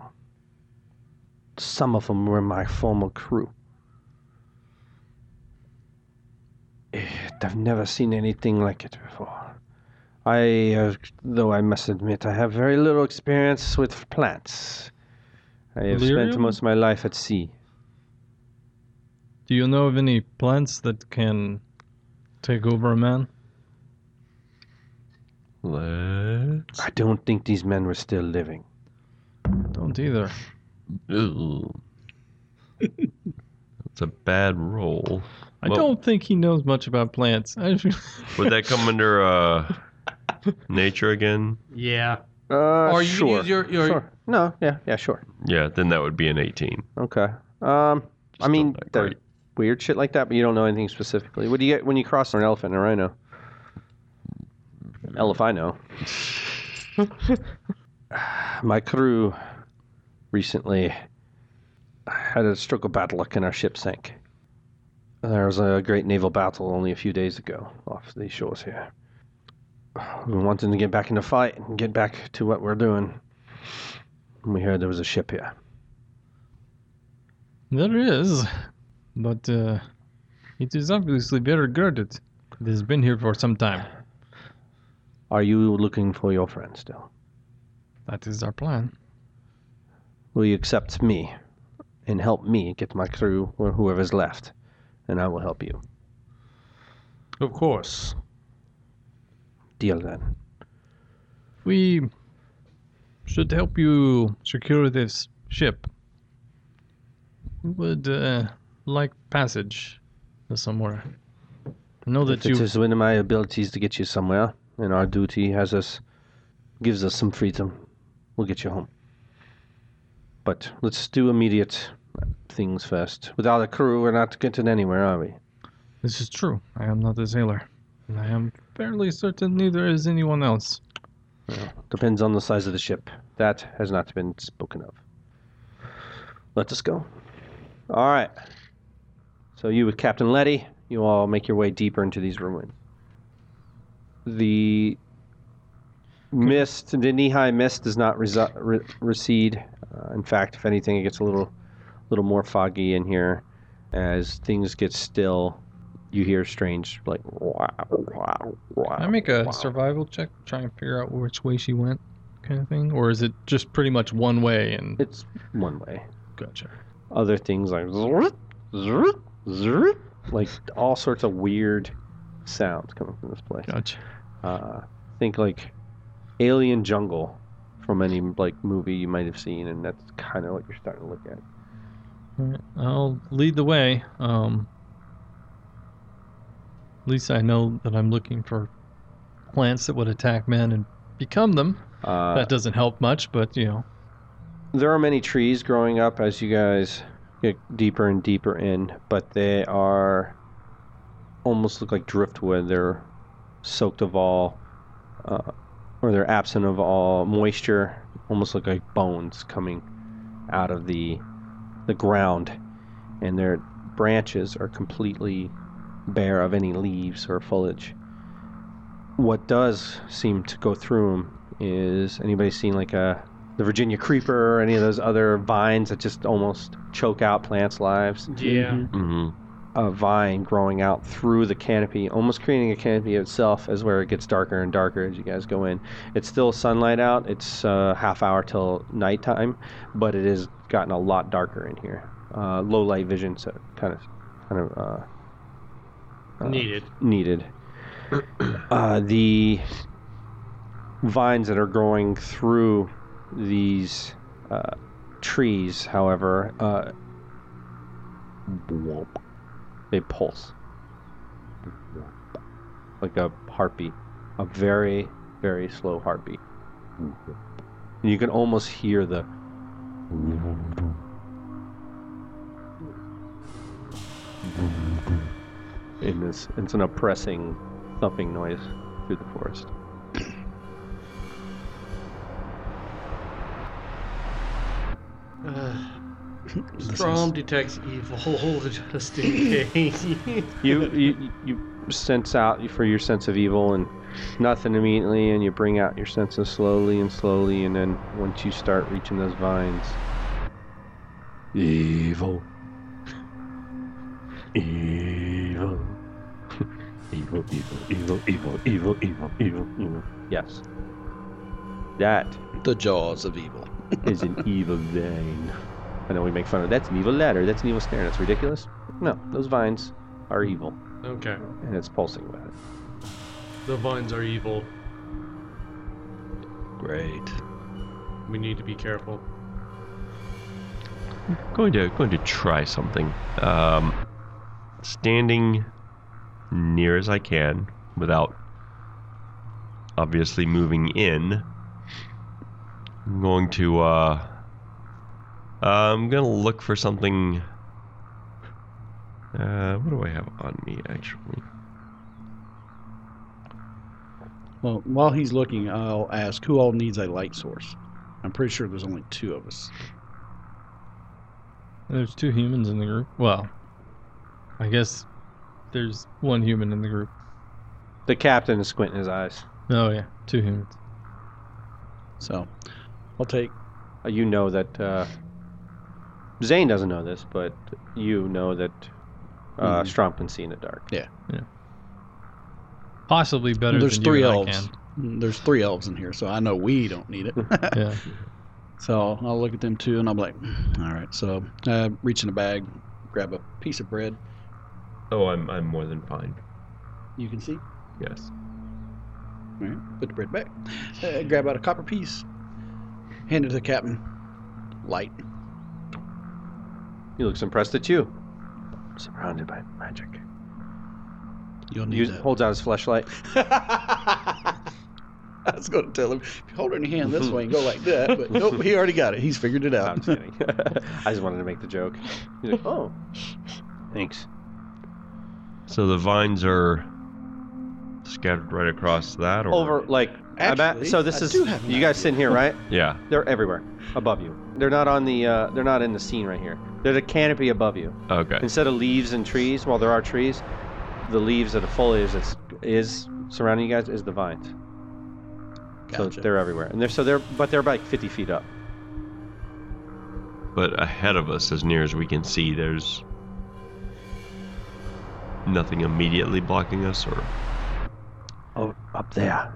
Some of them were my former crew. Eh, I've never seen anything like it before. I, uh, though I must admit, I have very little experience with plants. I have spent Lyrium? most of my life at sea. Do you know of any plants that can take over a man? Let's. I don't think these men were still living. Don't either. Ooh. That's a bad roll. I Well- don't think he knows much about plants. I Would that come under uh, nature again? Yeah. Uh, Or you can sure. use your- your- sure. No, yeah, yeah, sure. Yeah, then that would be an 18. Okay. Um, I Still mean, not they're great. weird shit like that, but you don't know anything specifically. What do you get when you cross an elephant and a rhino? Hmm. Hell if I know. My crew recently had a stroke of bad luck and our ship sank. There was a great naval battle only a few days ago off the shores here. We wanted to get back in the fight and get back to what we're doing. We heard there was a ship here. There is, but uh, it is obviously very guarded. It has been here for some time. Are you looking for your friend still? That is our plan. Will you accept me and help me get my crew or whoever's left? And I will help you. Of course. Deal then. We should help you secure this ship. We would uh, like passage to somewhere. I know If that it you. is one of my abilities to get you somewhere, and our duty has us, gives us some freedom, we'll get you home. But let's do immediate things first. Without a crew, we're not getting anywhere, are we? This is true. I am not a sailor. And I am fairly certain neither is anyone else. Depends on the size of the ship. That has not been spoken of. Let us go. All right. So you with Captain Letty, you all make your way deeper into these ruins. The mist, the knee-high mist, does not resi- re- recede. Uh, in fact, if anything, it gets a little, little more foggy in here. As things get still, you hear strange like. Wow, wow, wow, Can I make a wow. survival check, try and figure out which way she went, kind of thing, or is it just pretty much one way and It's one way. gotcha? other things like zrrt, zrrt, zrrt, like all sorts of weird sounds coming from this place. Gotcha. Uh, think like alien jungle from any like movie you might have seen, and that's kind of what you're starting to look at. Alright, I'll lead the way. Um, at least I know that I'm looking for plants that would attack men and become them. Uh, that doesn't help much, but you know, there are many trees growing up as you guys get deeper and deeper in, but they are almost look like driftwood. They're soaked of all, uh, or they're absent of all moisture. Almost look like bones coming out of the the ground, and their branches are completely bare of any leaves or foliage. What does seem to go through 'em is anybody seeing like a the Virginia creeper or any of those other vines that just almost choke out plants' lives. Yeah. hmm A vine growing out through the canopy, almost creating a canopy of itself, as where it gets darker and darker as you guys go in. It's still sunlight out. It's uh, half hour till nighttime, but it has gotten a lot darker in here. Uh, low light vision, so kind of, kind of uh, uh, Needed. needed. uh, the vines that are growing through these uh, trees, however, uh, they pulse like a heartbeat, a very, very slow heartbeat. And you can almost hear the in this. It's an oppressing thumping noise through the forest. This Strom is- detects evil just in case. You, you you sense out for your sense of evil and nothing immediately, and you bring out your senses slowly and slowly, and then once you start reaching those vines, evil. Evil. Evil, evil, evil, evil, evil, evil, evil, evil. yes, that The jaws of evil. is an evil vine. I know we make fun of that's an evil ladder, that's an evil snare, that's ridiculous. No, those vines are evil, okay. and it's pulsing with it. The vines are evil. Great. We need to be careful. Going to going to try something. Um, standing near as I can without obviously moving in. I'm going to. Uh, I'm gonna look for something. Uh, what do I have on me actually? Well, while he's looking, I'll ask who all needs a light source. I'm pretty sure there's only two of us. There's two humans in the group. Well, I guess there's one human in the group. The captain is squinting his eyes. Oh yeah, two humans. So I'll take Uh, You know that uh, Zane doesn't know this, but you know that uh, Mhm. Strom can see in the dark. Possibly better there's than three you and elves. Mm, There's three elves in here, so I know we don't need it. I can. Yeah. so I'll look at them too, and I'm like, "Hmm, all right. So uh, reach in a bag, grab a piece of bread. Oh, I'm I'm more than fine. You can see. Yes. All right, put the bread back. Uh, grab out a copper piece, hand it to the captain. Light. He looks impressed at you. Surrounded by magic. You'll He need that. holds out his flashlight. I was going to tell him, hold it in your hand this way and go like that, but nope, he already got it. He's figured it No, I'm out. just kidding. I just wanted to make the joke. He's like, oh, thanks. So the vines are scattered right across that, or Over, like, I'm at, Actually, so this I is do have an you guys idea. sitting here, right? Yeah. They're everywhere, above you. They're not on the, uh, they're not in the scene right here. They're the canopy above you. Okay. Instead of leaves and trees, while there are trees, the leaves of the foliage that's is surrounding you guys is the vines. So Gotcha. they're everywhere, and they're so they're but they're about 50 feet up. But ahead of us, as near as we can see, there's nothing immediately blocking us, or Oh, up there.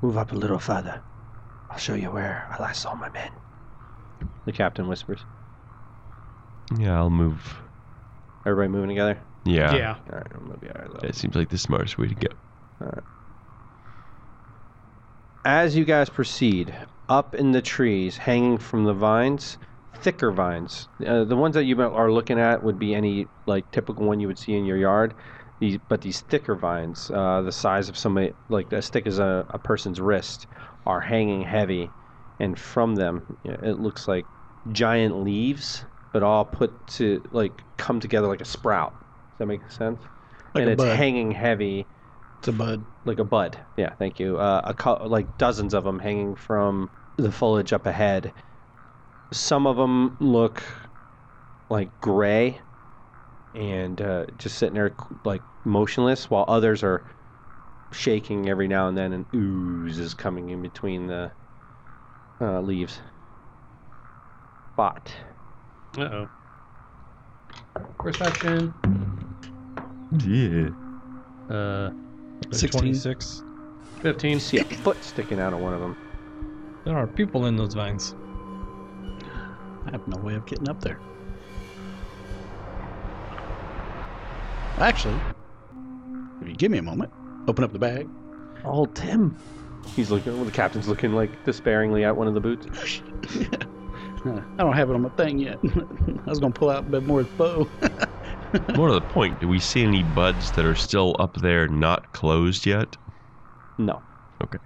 Move up a little further. I'll show you where I last saw my men. The captain whispers. yeah, I'll move. Everybody moving together. Yeah. yeah. All right, I'm gonna be all right, though. That seems like the smartest way to go. As you guys proceed, up in the trees, hanging from the vines, thicker vines. Uh, the ones that you are looking at would be any like typical one you would see in your yard. These, but these thicker vines, uh, the size of somebody, like as thick as a, a person's wrist, are hanging heavy, and from them, you know, it looks like giant leaves, but all put to like come together like a sprout. Does that make sense? Like and a it's bud. hanging heavy It's a bud. like a bud. Yeah, thank you. Uh, a cou- like dozens of them hanging from the foliage up ahead. Some of them look like gray and uh, just sitting there like motionless, while others are shaking every now and then, and ooze is coming in between the uh, leaves. Spot. Uh oh. Perception. Yeah. Uh, Sixteen. Twenty-six. You 15. see a foot sticking out of one of them. There are people in those vines. I have no way of getting up there. Actually, if you give me a moment, open up the bag. Oh, Tim. He's looking. Well, the captain's looking like despairingly at one of the boots. I don't have it on my thing yet. I was going to pull out a bit more bow. More to the point, do we see any buds that are still up there, not closed yet? No. Okay.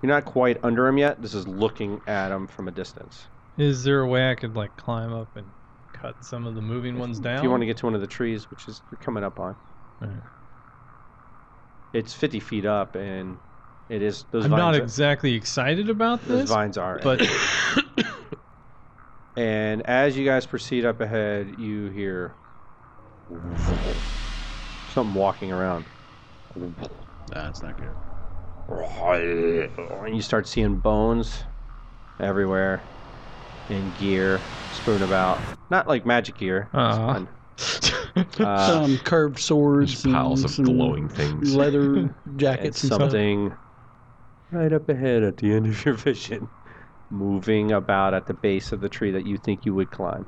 You're not quite under him yet. This is looking at him from a distance. Is there a way I could like climb up and cut some of the moving ones down? If you want to get to one of the trees, which is you're coming up on, Alright. it's 50 feet up, and it is those uh, I'm not vines. are, exactly excited about those this, vines are. but And as you guys proceed up ahead, you hear something walking around. That's not good. And you start seeing bones everywhere and gear strewn about. Not like magic gear. That's Aw. fine. Uh, Uh-huh. some curved swords, There's piles and of some glowing things. leather and jackets, and stuff. something right up ahead at the end of your vision moving about at the base of the tree that you think you would climb.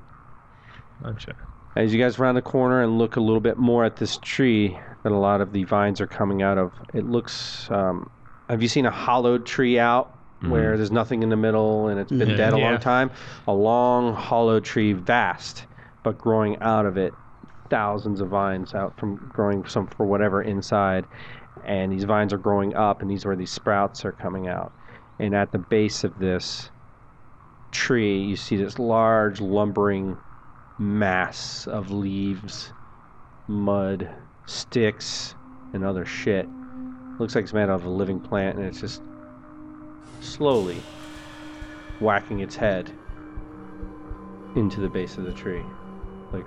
Gotcha. As you guys round the corner and look a little bit more at this tree that a lot of the vines are coming out of, it looks. Um, have you seen a hollowed tree out Mm-hmm. where there's nothing in the middle and it's been Yeah. dead a Yeah. long time? A long hollow tree, vast, but growing out of it, thousands of vines out from growing some for whatever inside. And these vines are growing up, and these are where these sprouts are coming out. And at the base of this tree, you see this large, lumbering mass of leaves, mud, sticks, and other shit. Looks like it's made out of a living plant, and it's just slowly whacking its head into the base of the tree. Like,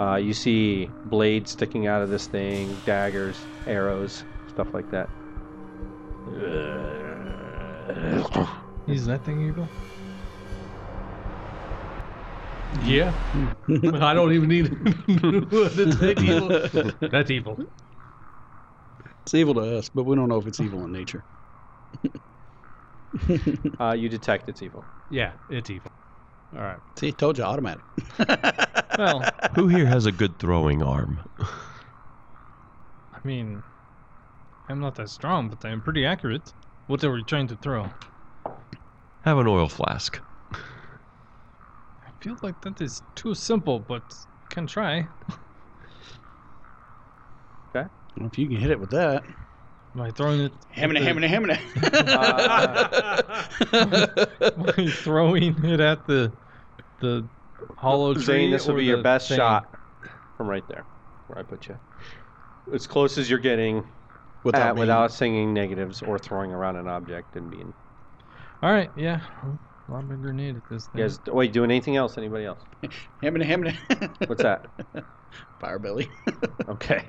uh, you see blades sticking out of this thing, daggers, arrows, stuff like that. Is that thing evil? Yeah. I don't even need That's evil. That's evil. It's evil to us, but we don't know if it's evil in nature. Uh, you detect it's evil. Yeah, it's evil. All right. See, told you, automatic. Well, Who here has a good throwing arm? I mean, I'm not that strong, but I'm pretty accurate. What are we trying to throw? Have an oil flask. I feel like that is too simple, but can try. Well, if you can hit it with that. Am I throwing it? Hamming, hamming, hamming. Uh, Am I throwing it at the the hollow tree? Zane, this will or be your the best thing? shot from right there, where I put you. As close as you're getting without, being- without singing negatives or throwing around an object and being. All right, yeah. Lob a grenade at this thing. You guys, wait, doing anything else? Anybody else? Hamming, hamming. What's that? Fire belly. Okay.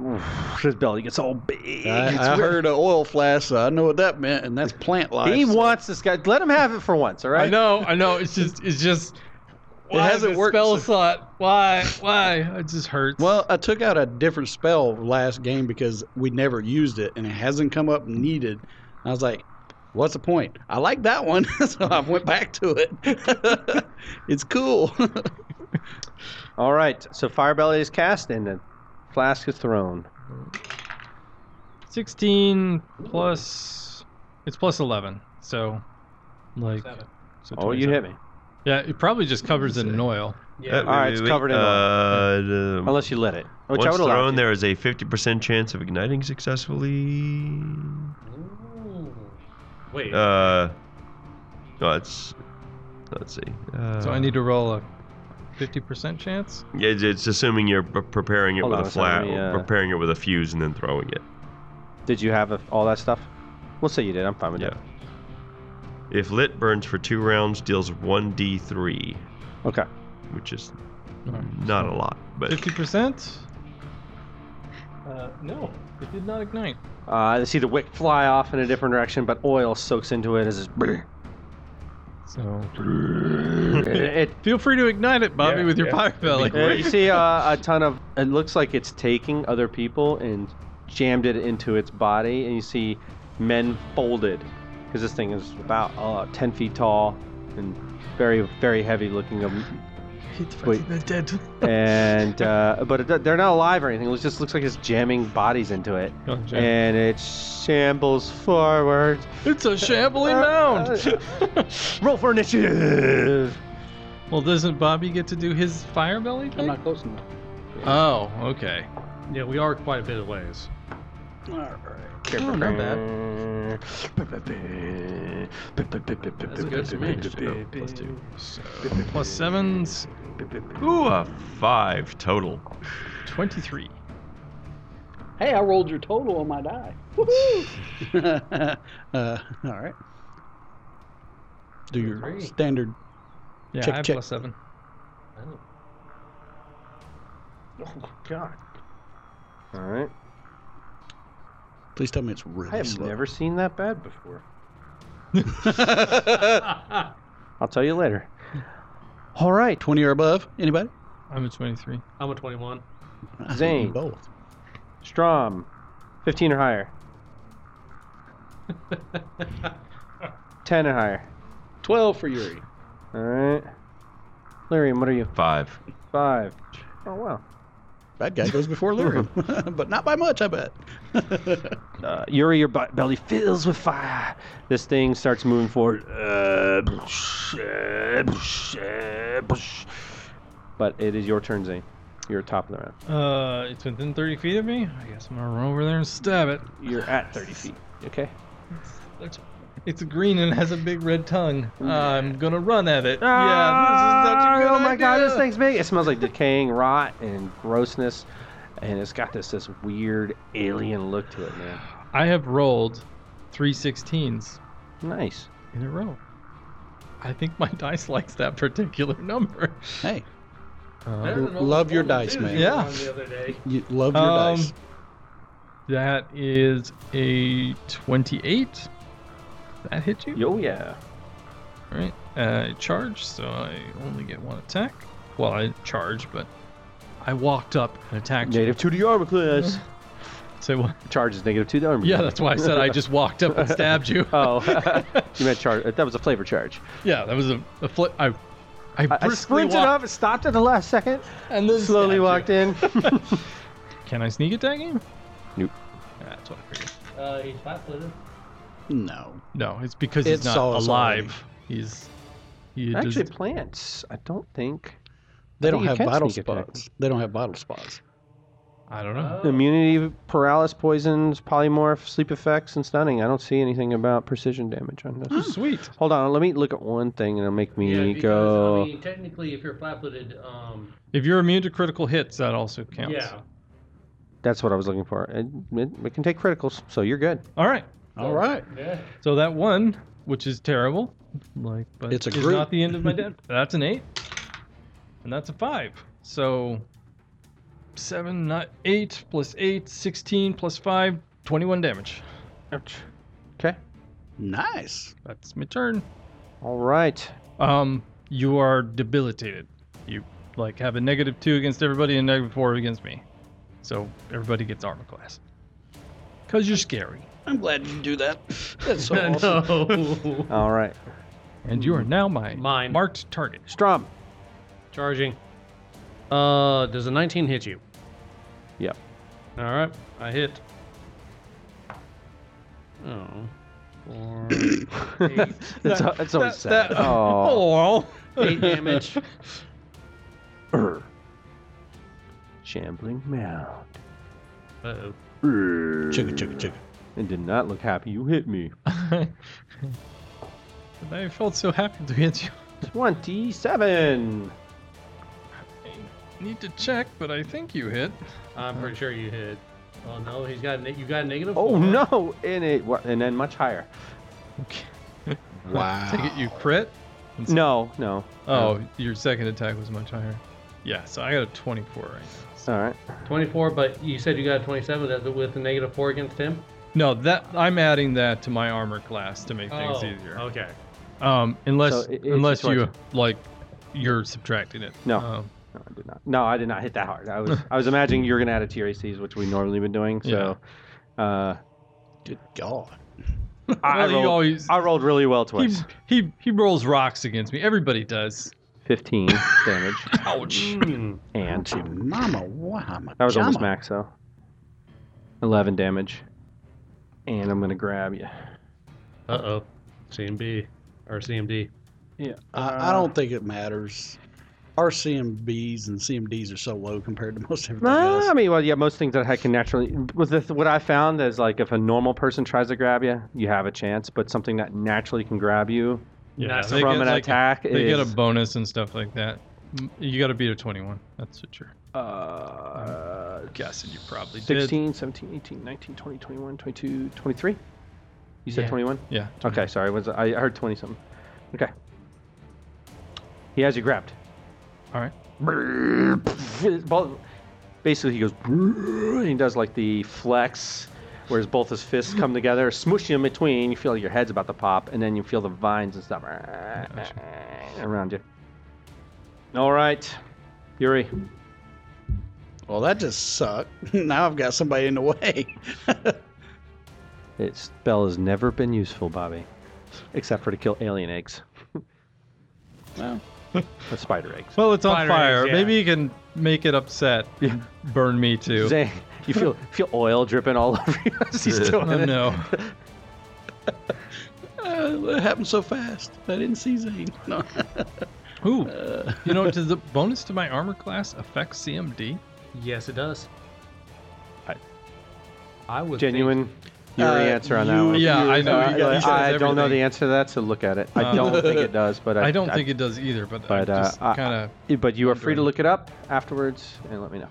Oof, His belly gets all big. I, I heard an oil flash, so I know what that meant, and that's plant life. he so- wants this guy. Let him have it for once, all right? I know, I know. It's just, it's just. Why hasn't the worked Spell so- slot. Why? Why? It just hurts. Well, I took out a different spell last game because we never used it, and it hasn't come up needed. I was like, "What's the point?" I like that one, so I went back to it. it's cool. All right. So fire belly is cast and the flask is thrown. 16 plus it's plus 11 so like so Oh, you 27. hit me. yeah it probably just covers it in oil Yeah. All right, it's covered in oil. uh, oil. Unless you lit it. Which I once would allow thrown, you. there is a 50% chance of igniting successfully. Wait. Uh, no, it's. Let's see. Uh, so i need to roll a 50% chance It's, it's assuming you're pre- preparing it Hold with on a a second, flat, let me, uh, preparing it with a fuse, and then throwing it. Did you have a, all that stuff? We'll say you did. I'm fine with Yeah. that. If lit burns for two rounds, deals one d3, Okay. which is Alright, not a lot, but 50% uh, no it did not ignite Uh, they see the wick fly off in a different direction, but oil soaks into it as it's. so it, feel free to ignite it bobby Yeah, with your yeah. fire belly it- you see uh, a ton of. It looks like it's taking other people and jammed it into its body, and you see men folded because this thing is about uh, 10 feet tall and very, very heavy looking. Of, Wait. dead and uh, but it, they're not alive or anything. It just looks like it's jamming bodies into it, and it shambles forward. it's a shambling Uh, mound uh, roll for initiative. well doesn't bobby get to do his fire belly thing? I'm not close enough. oh okay yeah, we are quite a bit of ways. All right. Oh, not bad. That's good for me. plus two. plus sevens Ooh, a five total. 23 Hey, I rolled your total on my die. uh, all right. Do your Three. standard. Yeah, Check, I have check. plus seven. All right. Please tell me it's really I have slow. never seen that bad before. I'll tell you later. All right, Twenty or above? Anybody? I'm at 23. I'm a 21. I think Zane. Both. Strom, 15 or higher. 10 or higher. 12 for Yuri. All right. Lyrium, what are you? Five. Five. Oh, wow. Bad guy goes before Lyrium, but not by much, I bet. Uh, Yuri, your bu- belly fills with fire. This thing starts moving forward. Uh, but it is your turn, Zane. You're top of the round. Uh, it's within 30 feet of me. I guess I'm gonna run over there and stab it. You're at 30 feet. Okay. It's green and has a big red tongue. I'm gonna run at it. Ah, yeah, this is such a good Oh my god, this idea. thing's big. It smells like decaying rot and grossness, and it's got this this weird alien look to it, man. I have rolled three 16s Nice. in a row. I think my dice likes that particular number. hey, Uh, love your dice, man. yeah. You love your Um, dice. That is a 28. That hit you? Yo, yeah. All right. Uh, I charge, so I only get one attack. Well, I charge, but I walked up and attacked. you. Negative two to your armor class. Say what? Charge is negative two to armor. Yeah, that's why I said I just walked up and stabbed you. Oh, you meant charge. That was a flavor charge. Yeah, that was a, a flip. I, I, I, I briskly sprinted walked up, stopped at the last second, and then slowly walked in. Can I sneak attack him? Nope. Yeah, that's what I figured. Uh, he's flat footed. No. No, it's because It he's not saw us alive. He's he Actually, just- plants. I don't think They I think don't you have can vital sneak attack. spots. They don't have vital spots. I don't know. immunity, paralysis, poisons, polymorph, sleep effects, and stunning. I don't see anything about precision damage on this. Sweet. Hold on, let me look at one thing and it'll make me yeah, because, go. I mean, technically, if you're flat footed, um, If you're immune to critical hits, that also counts. yeah. That's what I was looking for. It, it, it can take criticals, so you're good. All right. Oh. All right. Yeah. So that one, which is terrible, like, but It's a is group. not the end of my dead. That's an eight, and that's a five. So seven, not eight plus eight, 16 plus five, 21 damage. Okay. Nice. That's my turn. All right. Um, you are debilitated. You like have a negative two against everybody and negative four against me. So everybody gets armor class. Cause you're scary. I'm glad you do that. That's so I awesome. know. All right. And you are now my Mine. marked target. Strom. Charging. Uh, does a 19 hit you? Yep. All right, I hit. Oh. Four, eight, That's, al- that's always that- sad. oh. eight damage. Err. Shambling mound. Uh-oh. Err. Chugga chugga chugga. It did not look happy. You hit me. And I felt so happy to hit you. 27. Need to check, but I think you hit. I'm pretty sure you hit. Oh no, he's got ne- you got a negative. Oh, four. no. And it wa- and then much higher. Okay. Wow. Take it you crit. No, no. Oh, your second attack was much higher. Yeah, so I got a 24 right now. All right. 24, but you said you got a 27. That's it with a negative four against him. No, that I'm adding that to my armor class to make things oh, easier. Okay. Um, unless So it- it's unless just you what- like you're subtracting it. No. Um, No, I did not. No, I did not hit that hard. I was I was imagining you were gonna add it to your ACs, which we normally been doing. So, uh, Good God. I, Well, you rolled, always- I rolled really well he, twice. he he rolls rocks against me. Everybody does. Fifteen damage, Ouch. Mm. and Gee, mama, wahama. that was almost jama. max though. Eleven damage, and I'm gonna grab you. Uh oh. CMB or CMD. I, I don't think it matters. Our CMBs and CMDs are so low compared to most everything Ah, I else. mean, well, yeah, most things that I can naturally. With the, what I found is like if a normal person tries to grab you, you have a chance, but something that naturally can grab you Yeah, Nice. they from get, an like, attack They is get a Mm, bonus and stuff like that. M- You got to beat a 21. That's for sure. uh, guessing you probably did. 16, 17, 18, 19, 20, 21, 22, 23? You said Yeah. 21? Yeah. Okay, sorry. Was I I heard 20 something. Okay. He has you grabbed. All right. His ball- Basically, he goes, and he does like the flex, whereas both his fists come together, smooshing in between. You feel like your head's about to pop, and then you feel the vines and stuff around you. All right, Yuri. Well, that just sucked. now I've got somebody in the way. Its spell has never been useful, Bobby, except for to kill alien eggs. Well. Or spider eggs. Well, it's on Spider fire. eggs, yeah. Maybe you can make it upset. Yeah. and Burn me too. Zang, you feel feel oil dripping all over you as he's doing Oh it. no. Uh, it happened so fast. I didn't see Zane. No. Ooh. You know, does the bonus to my armor class affect CMD? Yes, it does. I- I would think- Genuine Yuri Uh, answer on that you- one. you- Yeah, I Uh, know. you I- got- you said I don't know the everything. answer to that, so look at it. I Um, don't think it does, but I, I don't think it does either, but, but, I uh, just I- kind of. it. But you are free to look it up afterwards and let me know.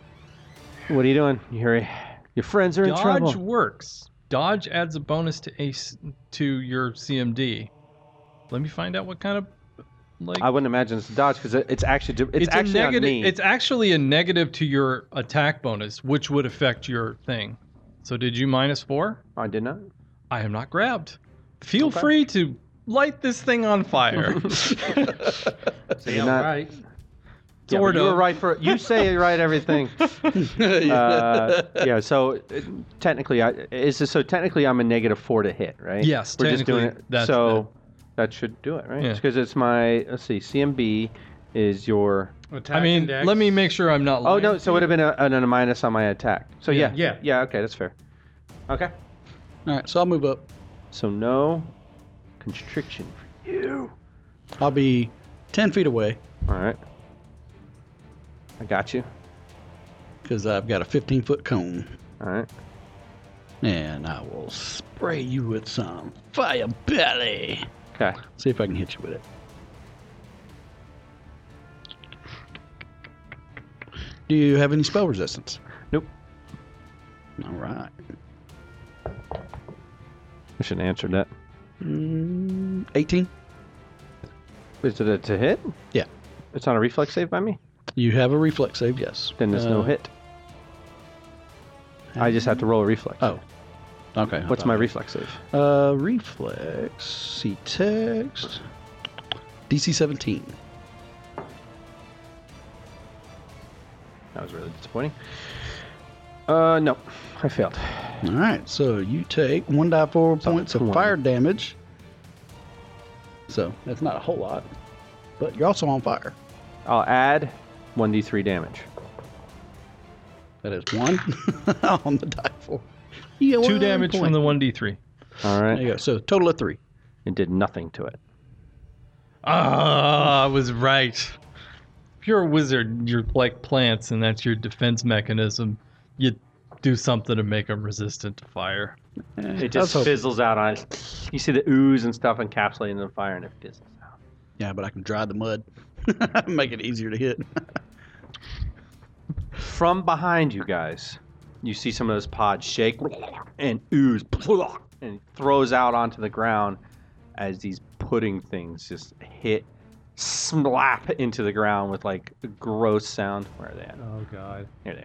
What are you doing, Yuri? Your friends are in Dodge trouble. works. Dodge adds a bonus to ace to your CMD. Let me find out what kind of like I wouldn't imagine it's a dodge because it, it's actually it's, a actually on negative. me. It's actually a negative to your attack bonus, which would affect your thing. So did you minus four? Oh, I did not. I am not grabbed. Feel free to light this thing on fire. I did Yeah, not. right. Yeah, but Sort you were of. right for you say right everything. uh, yeah. So uh, technically, I is this, so technically I'm a negative four to hit, right? Yes, We're just doing technically, it. that's so that should do it, right? Yeah. Because it's my let's see, CMB is your. Attack I mean, index. let me make sure I'm not. Oh Lying. no, so it would have been a, an- a minus on my attack. So yeah, Yeah. yeah, Yeah. Okay, that's fair. Okay. All right, so I'll move up. So no constriction. I'll be 10 feet away All right. I got you. because I've got a 15 foot cone. All right. And I will spray you with some fire belly. Okay. See if I can hit you with it. Do you have any spell resistance? Nope. All right. I should have answered that. Mm, 18. Is it a to hit? Yeah. It's on a reflex save by me. You have a reflex save, yes. Then there's no Uh, hit. I just have to roll a reflex. Oh. Okay. I What's thought- my reflex save? Uh, reflex. See text. DC 17. That was really disappointing. Uh, no, I failed. All right. So you take one die four So points of 20. fire damage. So that's not a whole lot, but you're also on fire. I'll add 1d3 damage. That is one on the die four. You get Two one damage point. from the one d three. All There you right, go. So total of three. it did nothing to it. Ah, I was right. If you're a wizard, you're like plants, and that's your defense mechanism. You do something to make them resistant to fire. It just fizzles out on it. You see the ooze and stuff encapsulating the fire, and it fizzles out. Yeah, but I can dry the mud, make it easier to hit. From behind you guys, you see some of those pods shake and ooze and throws out onto the ground as these pudding things just hit, slap into the ground with like a gross sound. Where are they at? Oh god. Here they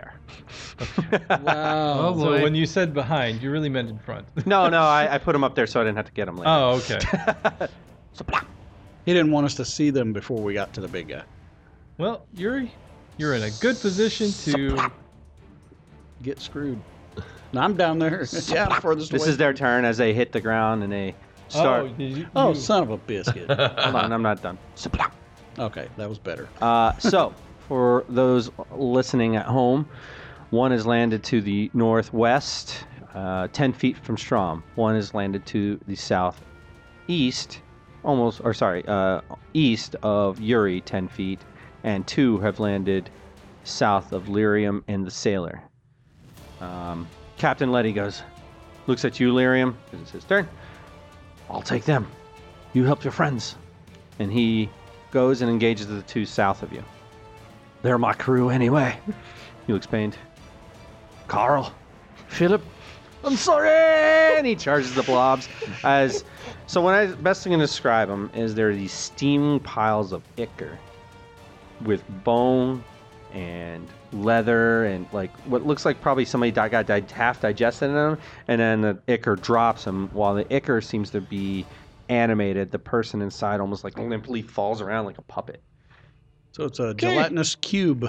are. Wow. Oh, boy. So when you said behind, you really meant in front. no, no, I, I put them up there so I didn't have to get them later. oh, okay. So, plop. He didn't want us to see them before we got to the big guy. Well, Yuri, you're in a good position to. Get screwed. Now I'm down there. yeah, I'm furthest this away. is their turn as they hit the ground and they start. Oh, did you, Oh, Mm. you- son of a biscuit. Hold on, I'm not done. So, plop. okay, that was better. Uh, so, for those listening at home, one is landed to the northwest, uh, 10 feet from Strom. One is landed to the southeast, almost, or sorry, uh, east of Uri, 10 feet. And two have landed south of Lyrium and the Sailor. Um, Captain Letty goes, looks at you, Lyrium, because it's his turn. I'll take them. You help your friends. And he goes and engages the two south of you. They're my crew anyway. He looks pained. Carl, Philip, I'm sorry. And he charges the blobs as. So when I best I can describe them is they're these steaming piles of ichor, with bone and leather and like what looks like probably somebody di- got di- half digested in them, and then the ichor drops them. While the ichor seems to be animated, the person inside almost like limply falls around like a puppet. So it's a gelatinous cube.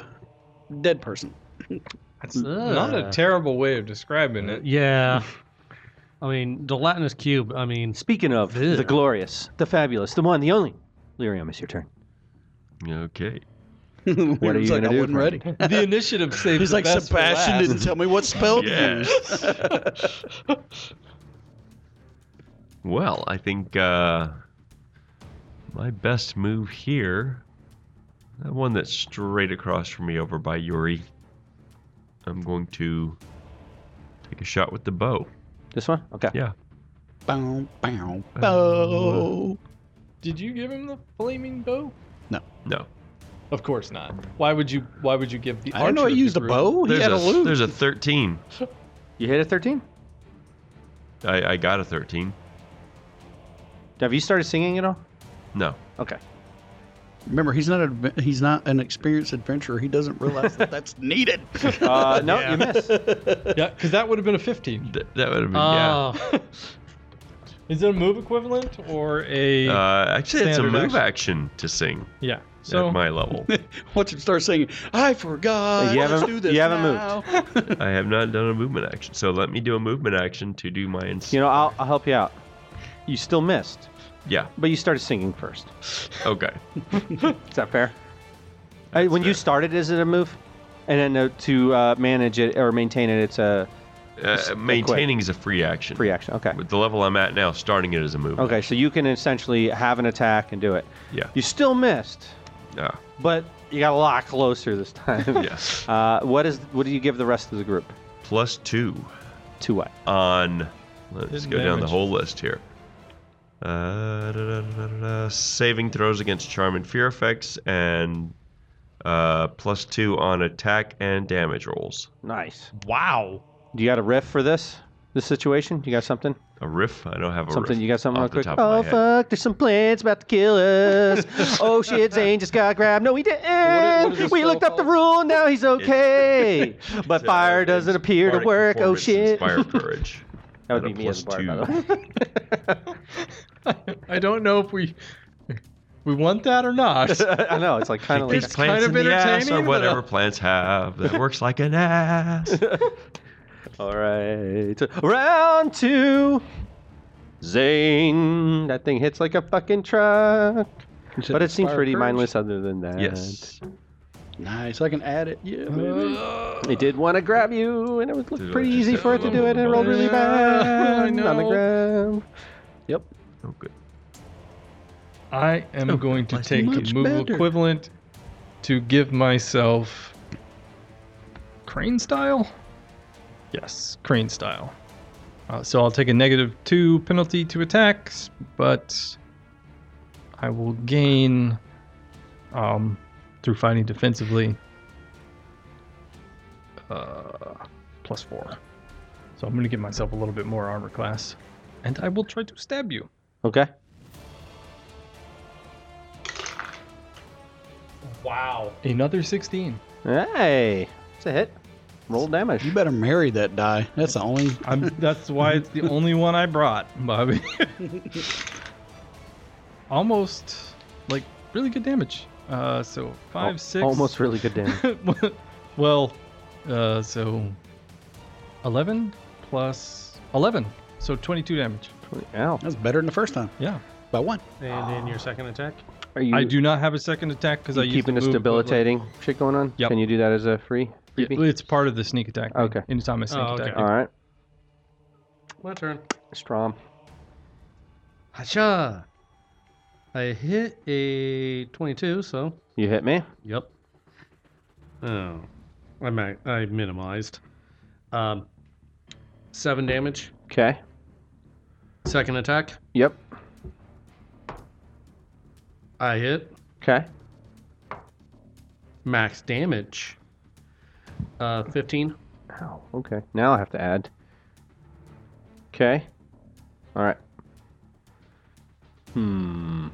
Dead person. That's not a terrible way of describing it. uh, Yeah. I mean, the gelatinous cube. I mean, Speaking of Ew. the glorious, the fabulous, the one, the only, Lyrium, it's your turn. Okay. What are you He's like, gonna I do wasn't for ready. The initiative saved He's the like, best for Sebastian last. didn't tell me what spell to use. Yes. well, I think uh, my best move here, that one that's straight across from me over by Yuri, I'm going to take a shot with the bow. This one? Okay. Yeah. Bow, bow, Uh, bow. Did you give him the flaming bow? No. Of course not. Why would you? Why would you give the? I don't know. He archer of the used a group- bow. He There's had a, a loop. there's a 13. You hit a 13? I, I got a 13. Have you started singing at all? No. Okay. Remember, he's not a, he's not an experienced adventurer. He doesn't realize that that's needed. Uh, no, you missed. Yeah, because that would have been a fifteen. Ah. Th- that would have Hmm, been, yeah. oh, Is it a move equivalent or a? Uh, actually, it's a Standard move action to sing yeah. So at my level. Watch him start singing. I forgot. You Let's haven't- do this you haven't now." I have not done a movement action, so let me do a movement action to do my ins- You know, I'll, I'll help you out. You still missed, yeah. but you started singing first. Okay. Uh, Is that fair? I, when you fair. started, is it a move? And then uh, to uh, manage it or maintain it, it's a Uh, maintaining is a free action. free action. Okay. With the level I'm at now, starting it as a move. Okay, so you can essentially have an attack and do it. Yeah. You still missed, Ah, but you got a lot closer this time. yes. Uh, what is? What do you give the rest of the group? Plus two To what? on. Let's Hidden go down the damage. whole list here. Uh, da, da, da, da, da, saving throws against charm and fear effects, and uh, plus two on attack and damage rolls. Nice. wow. Do you got a riff for this? This situation? You got something? A riff? I don't have a Something? riff You got something real off the quick? top Oh of my head. fuck! There's some plants about to kill us. oh shit! Zane just got grabbed. No, he What didn't. is- what is we the looked up the spell rule. Now he's okay. but So, fire it's doesn't appear to bardic work. Oh performance shit! Inspire courage. That would at be a me as a plus bard, by the way. I don't know if we we want that or not. I know. It's like kind of Take like. these plants kind of in the ass or entertaining, but, whatever uh, plants have that works like an ass. All right. Round two. Zing. That thing hits like a fucking truck. But it seems Inspire pretty courage? mindless other than that. yes. Nice. I can add it. Uh, Yeah, baby. It did want to grab you, and it was looked Did pretty I just easy hit for it to do it, and it rolled really bad I know. on the ground. Oh, good. I am going to take much the move better. equivalent to give myself crane style. Yes, crane style. Uh, so I'll take a negative two penalty to attacks, but I will gain um, through fighting defensively uh, plus four. So I'm going to give myself a little bit more armor class, and I will try to stab you. Okay. Another 16. Hey, it's a hit. Roll damage. You better marry that die. That's the only. I'm, that's why it's the only one I brought, Bobby. almost like really good damage. Uh, so five, Al- six. Almost really good damage. well, uh, so eleven plus eleven, so twenty-two damage. Ow. That's better than the first time Yeah, by one. And then your second attack. Are you, I do not have a second attack because you I used keeping the this move, but, like, debilitating shit going on? Yep. Can you do that as a free? freebie? It's part of the sneak attack. thing. Okay. Anytime I sneak Oh, attack. okay. All right. My turn. Strom. Hacha. I hit a 22, so. You hit me. Yep. Oh. I, mi- I minimized. Um, seven damage. Okay. Second attack. Yep. I hit. Okay. Max damage. Uh, 15. Ow, okay. Now I have to add. Okay. All right. Hmm. I'm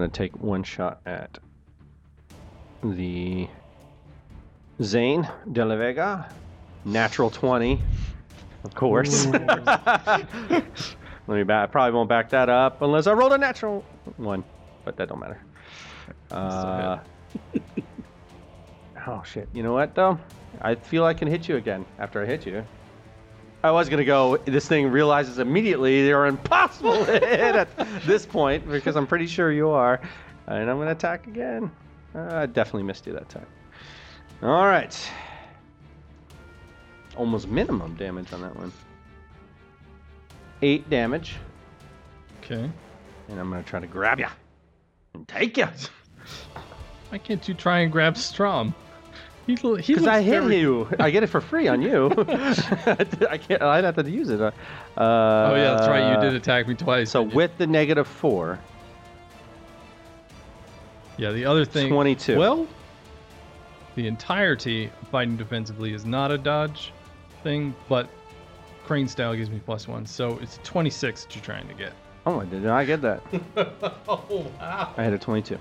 going to take one shot at the Zane de la Vega. Natural 20, of course. Let me back. I probably won't back that up unless I rolled a natural one, but that don't matter. Uh, oh, shit. You know what, though? I feel I can hit you again after I hit you. I was gonna go. This thing realizes immediately they're impossible to hit at this point because I'm pretty sure you are, and I'm gonna attack again. Uh, I definitely missed you that time. All right, almost minimum damage on that one. Eight damage, Okay. and I'm gonna try to grab you and take you Why can't you try and grab Strom? He, l- he because looks I hit very- you. I get it for free on you. I can't. I'd have to use it. Uh, Oh yeah, that's right. You did attack me twice. So didn't you? with the negative four, yeah, the other thing. 22. Well, the entirety of fighting defensively is not a dodge thing, but crane style gives me plus one, so it's 26 that you're trying to get. oh, I did not get that. I had a 22.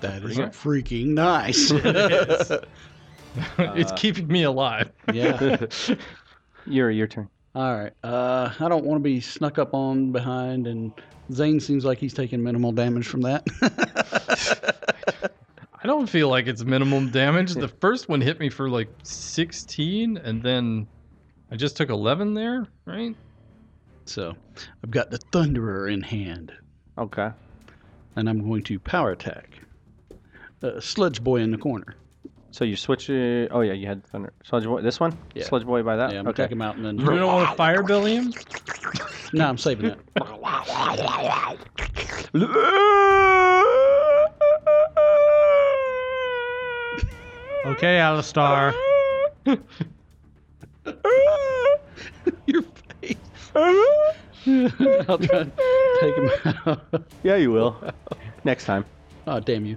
That is Alright. freaking nice. it's keeping me alive. yeah. Your your turn. All right. Uh, I don't want to be snuck up on behind, and Zane seems like he's taking minimal damage from that. I don't feel like it's minimum damage. The first one hit me for like 16, and then I just took 11 there, right? so I've got the Thunderer in hand, Okay. and I'm going to power attack. Uh, Sludge Boy in the corner. So you switch. Uh, oh yeah, you had thunder. Sludge boy. This one. Yeah. Sludge boy by that. Yeah, I'm Ah, okay. attacking him out, and then You don't want to fire belly him? no, I'm saving it. Okay, Alistar. Your face. I'll try to take him out. Yeah, you will. Next time. Oh, damn you.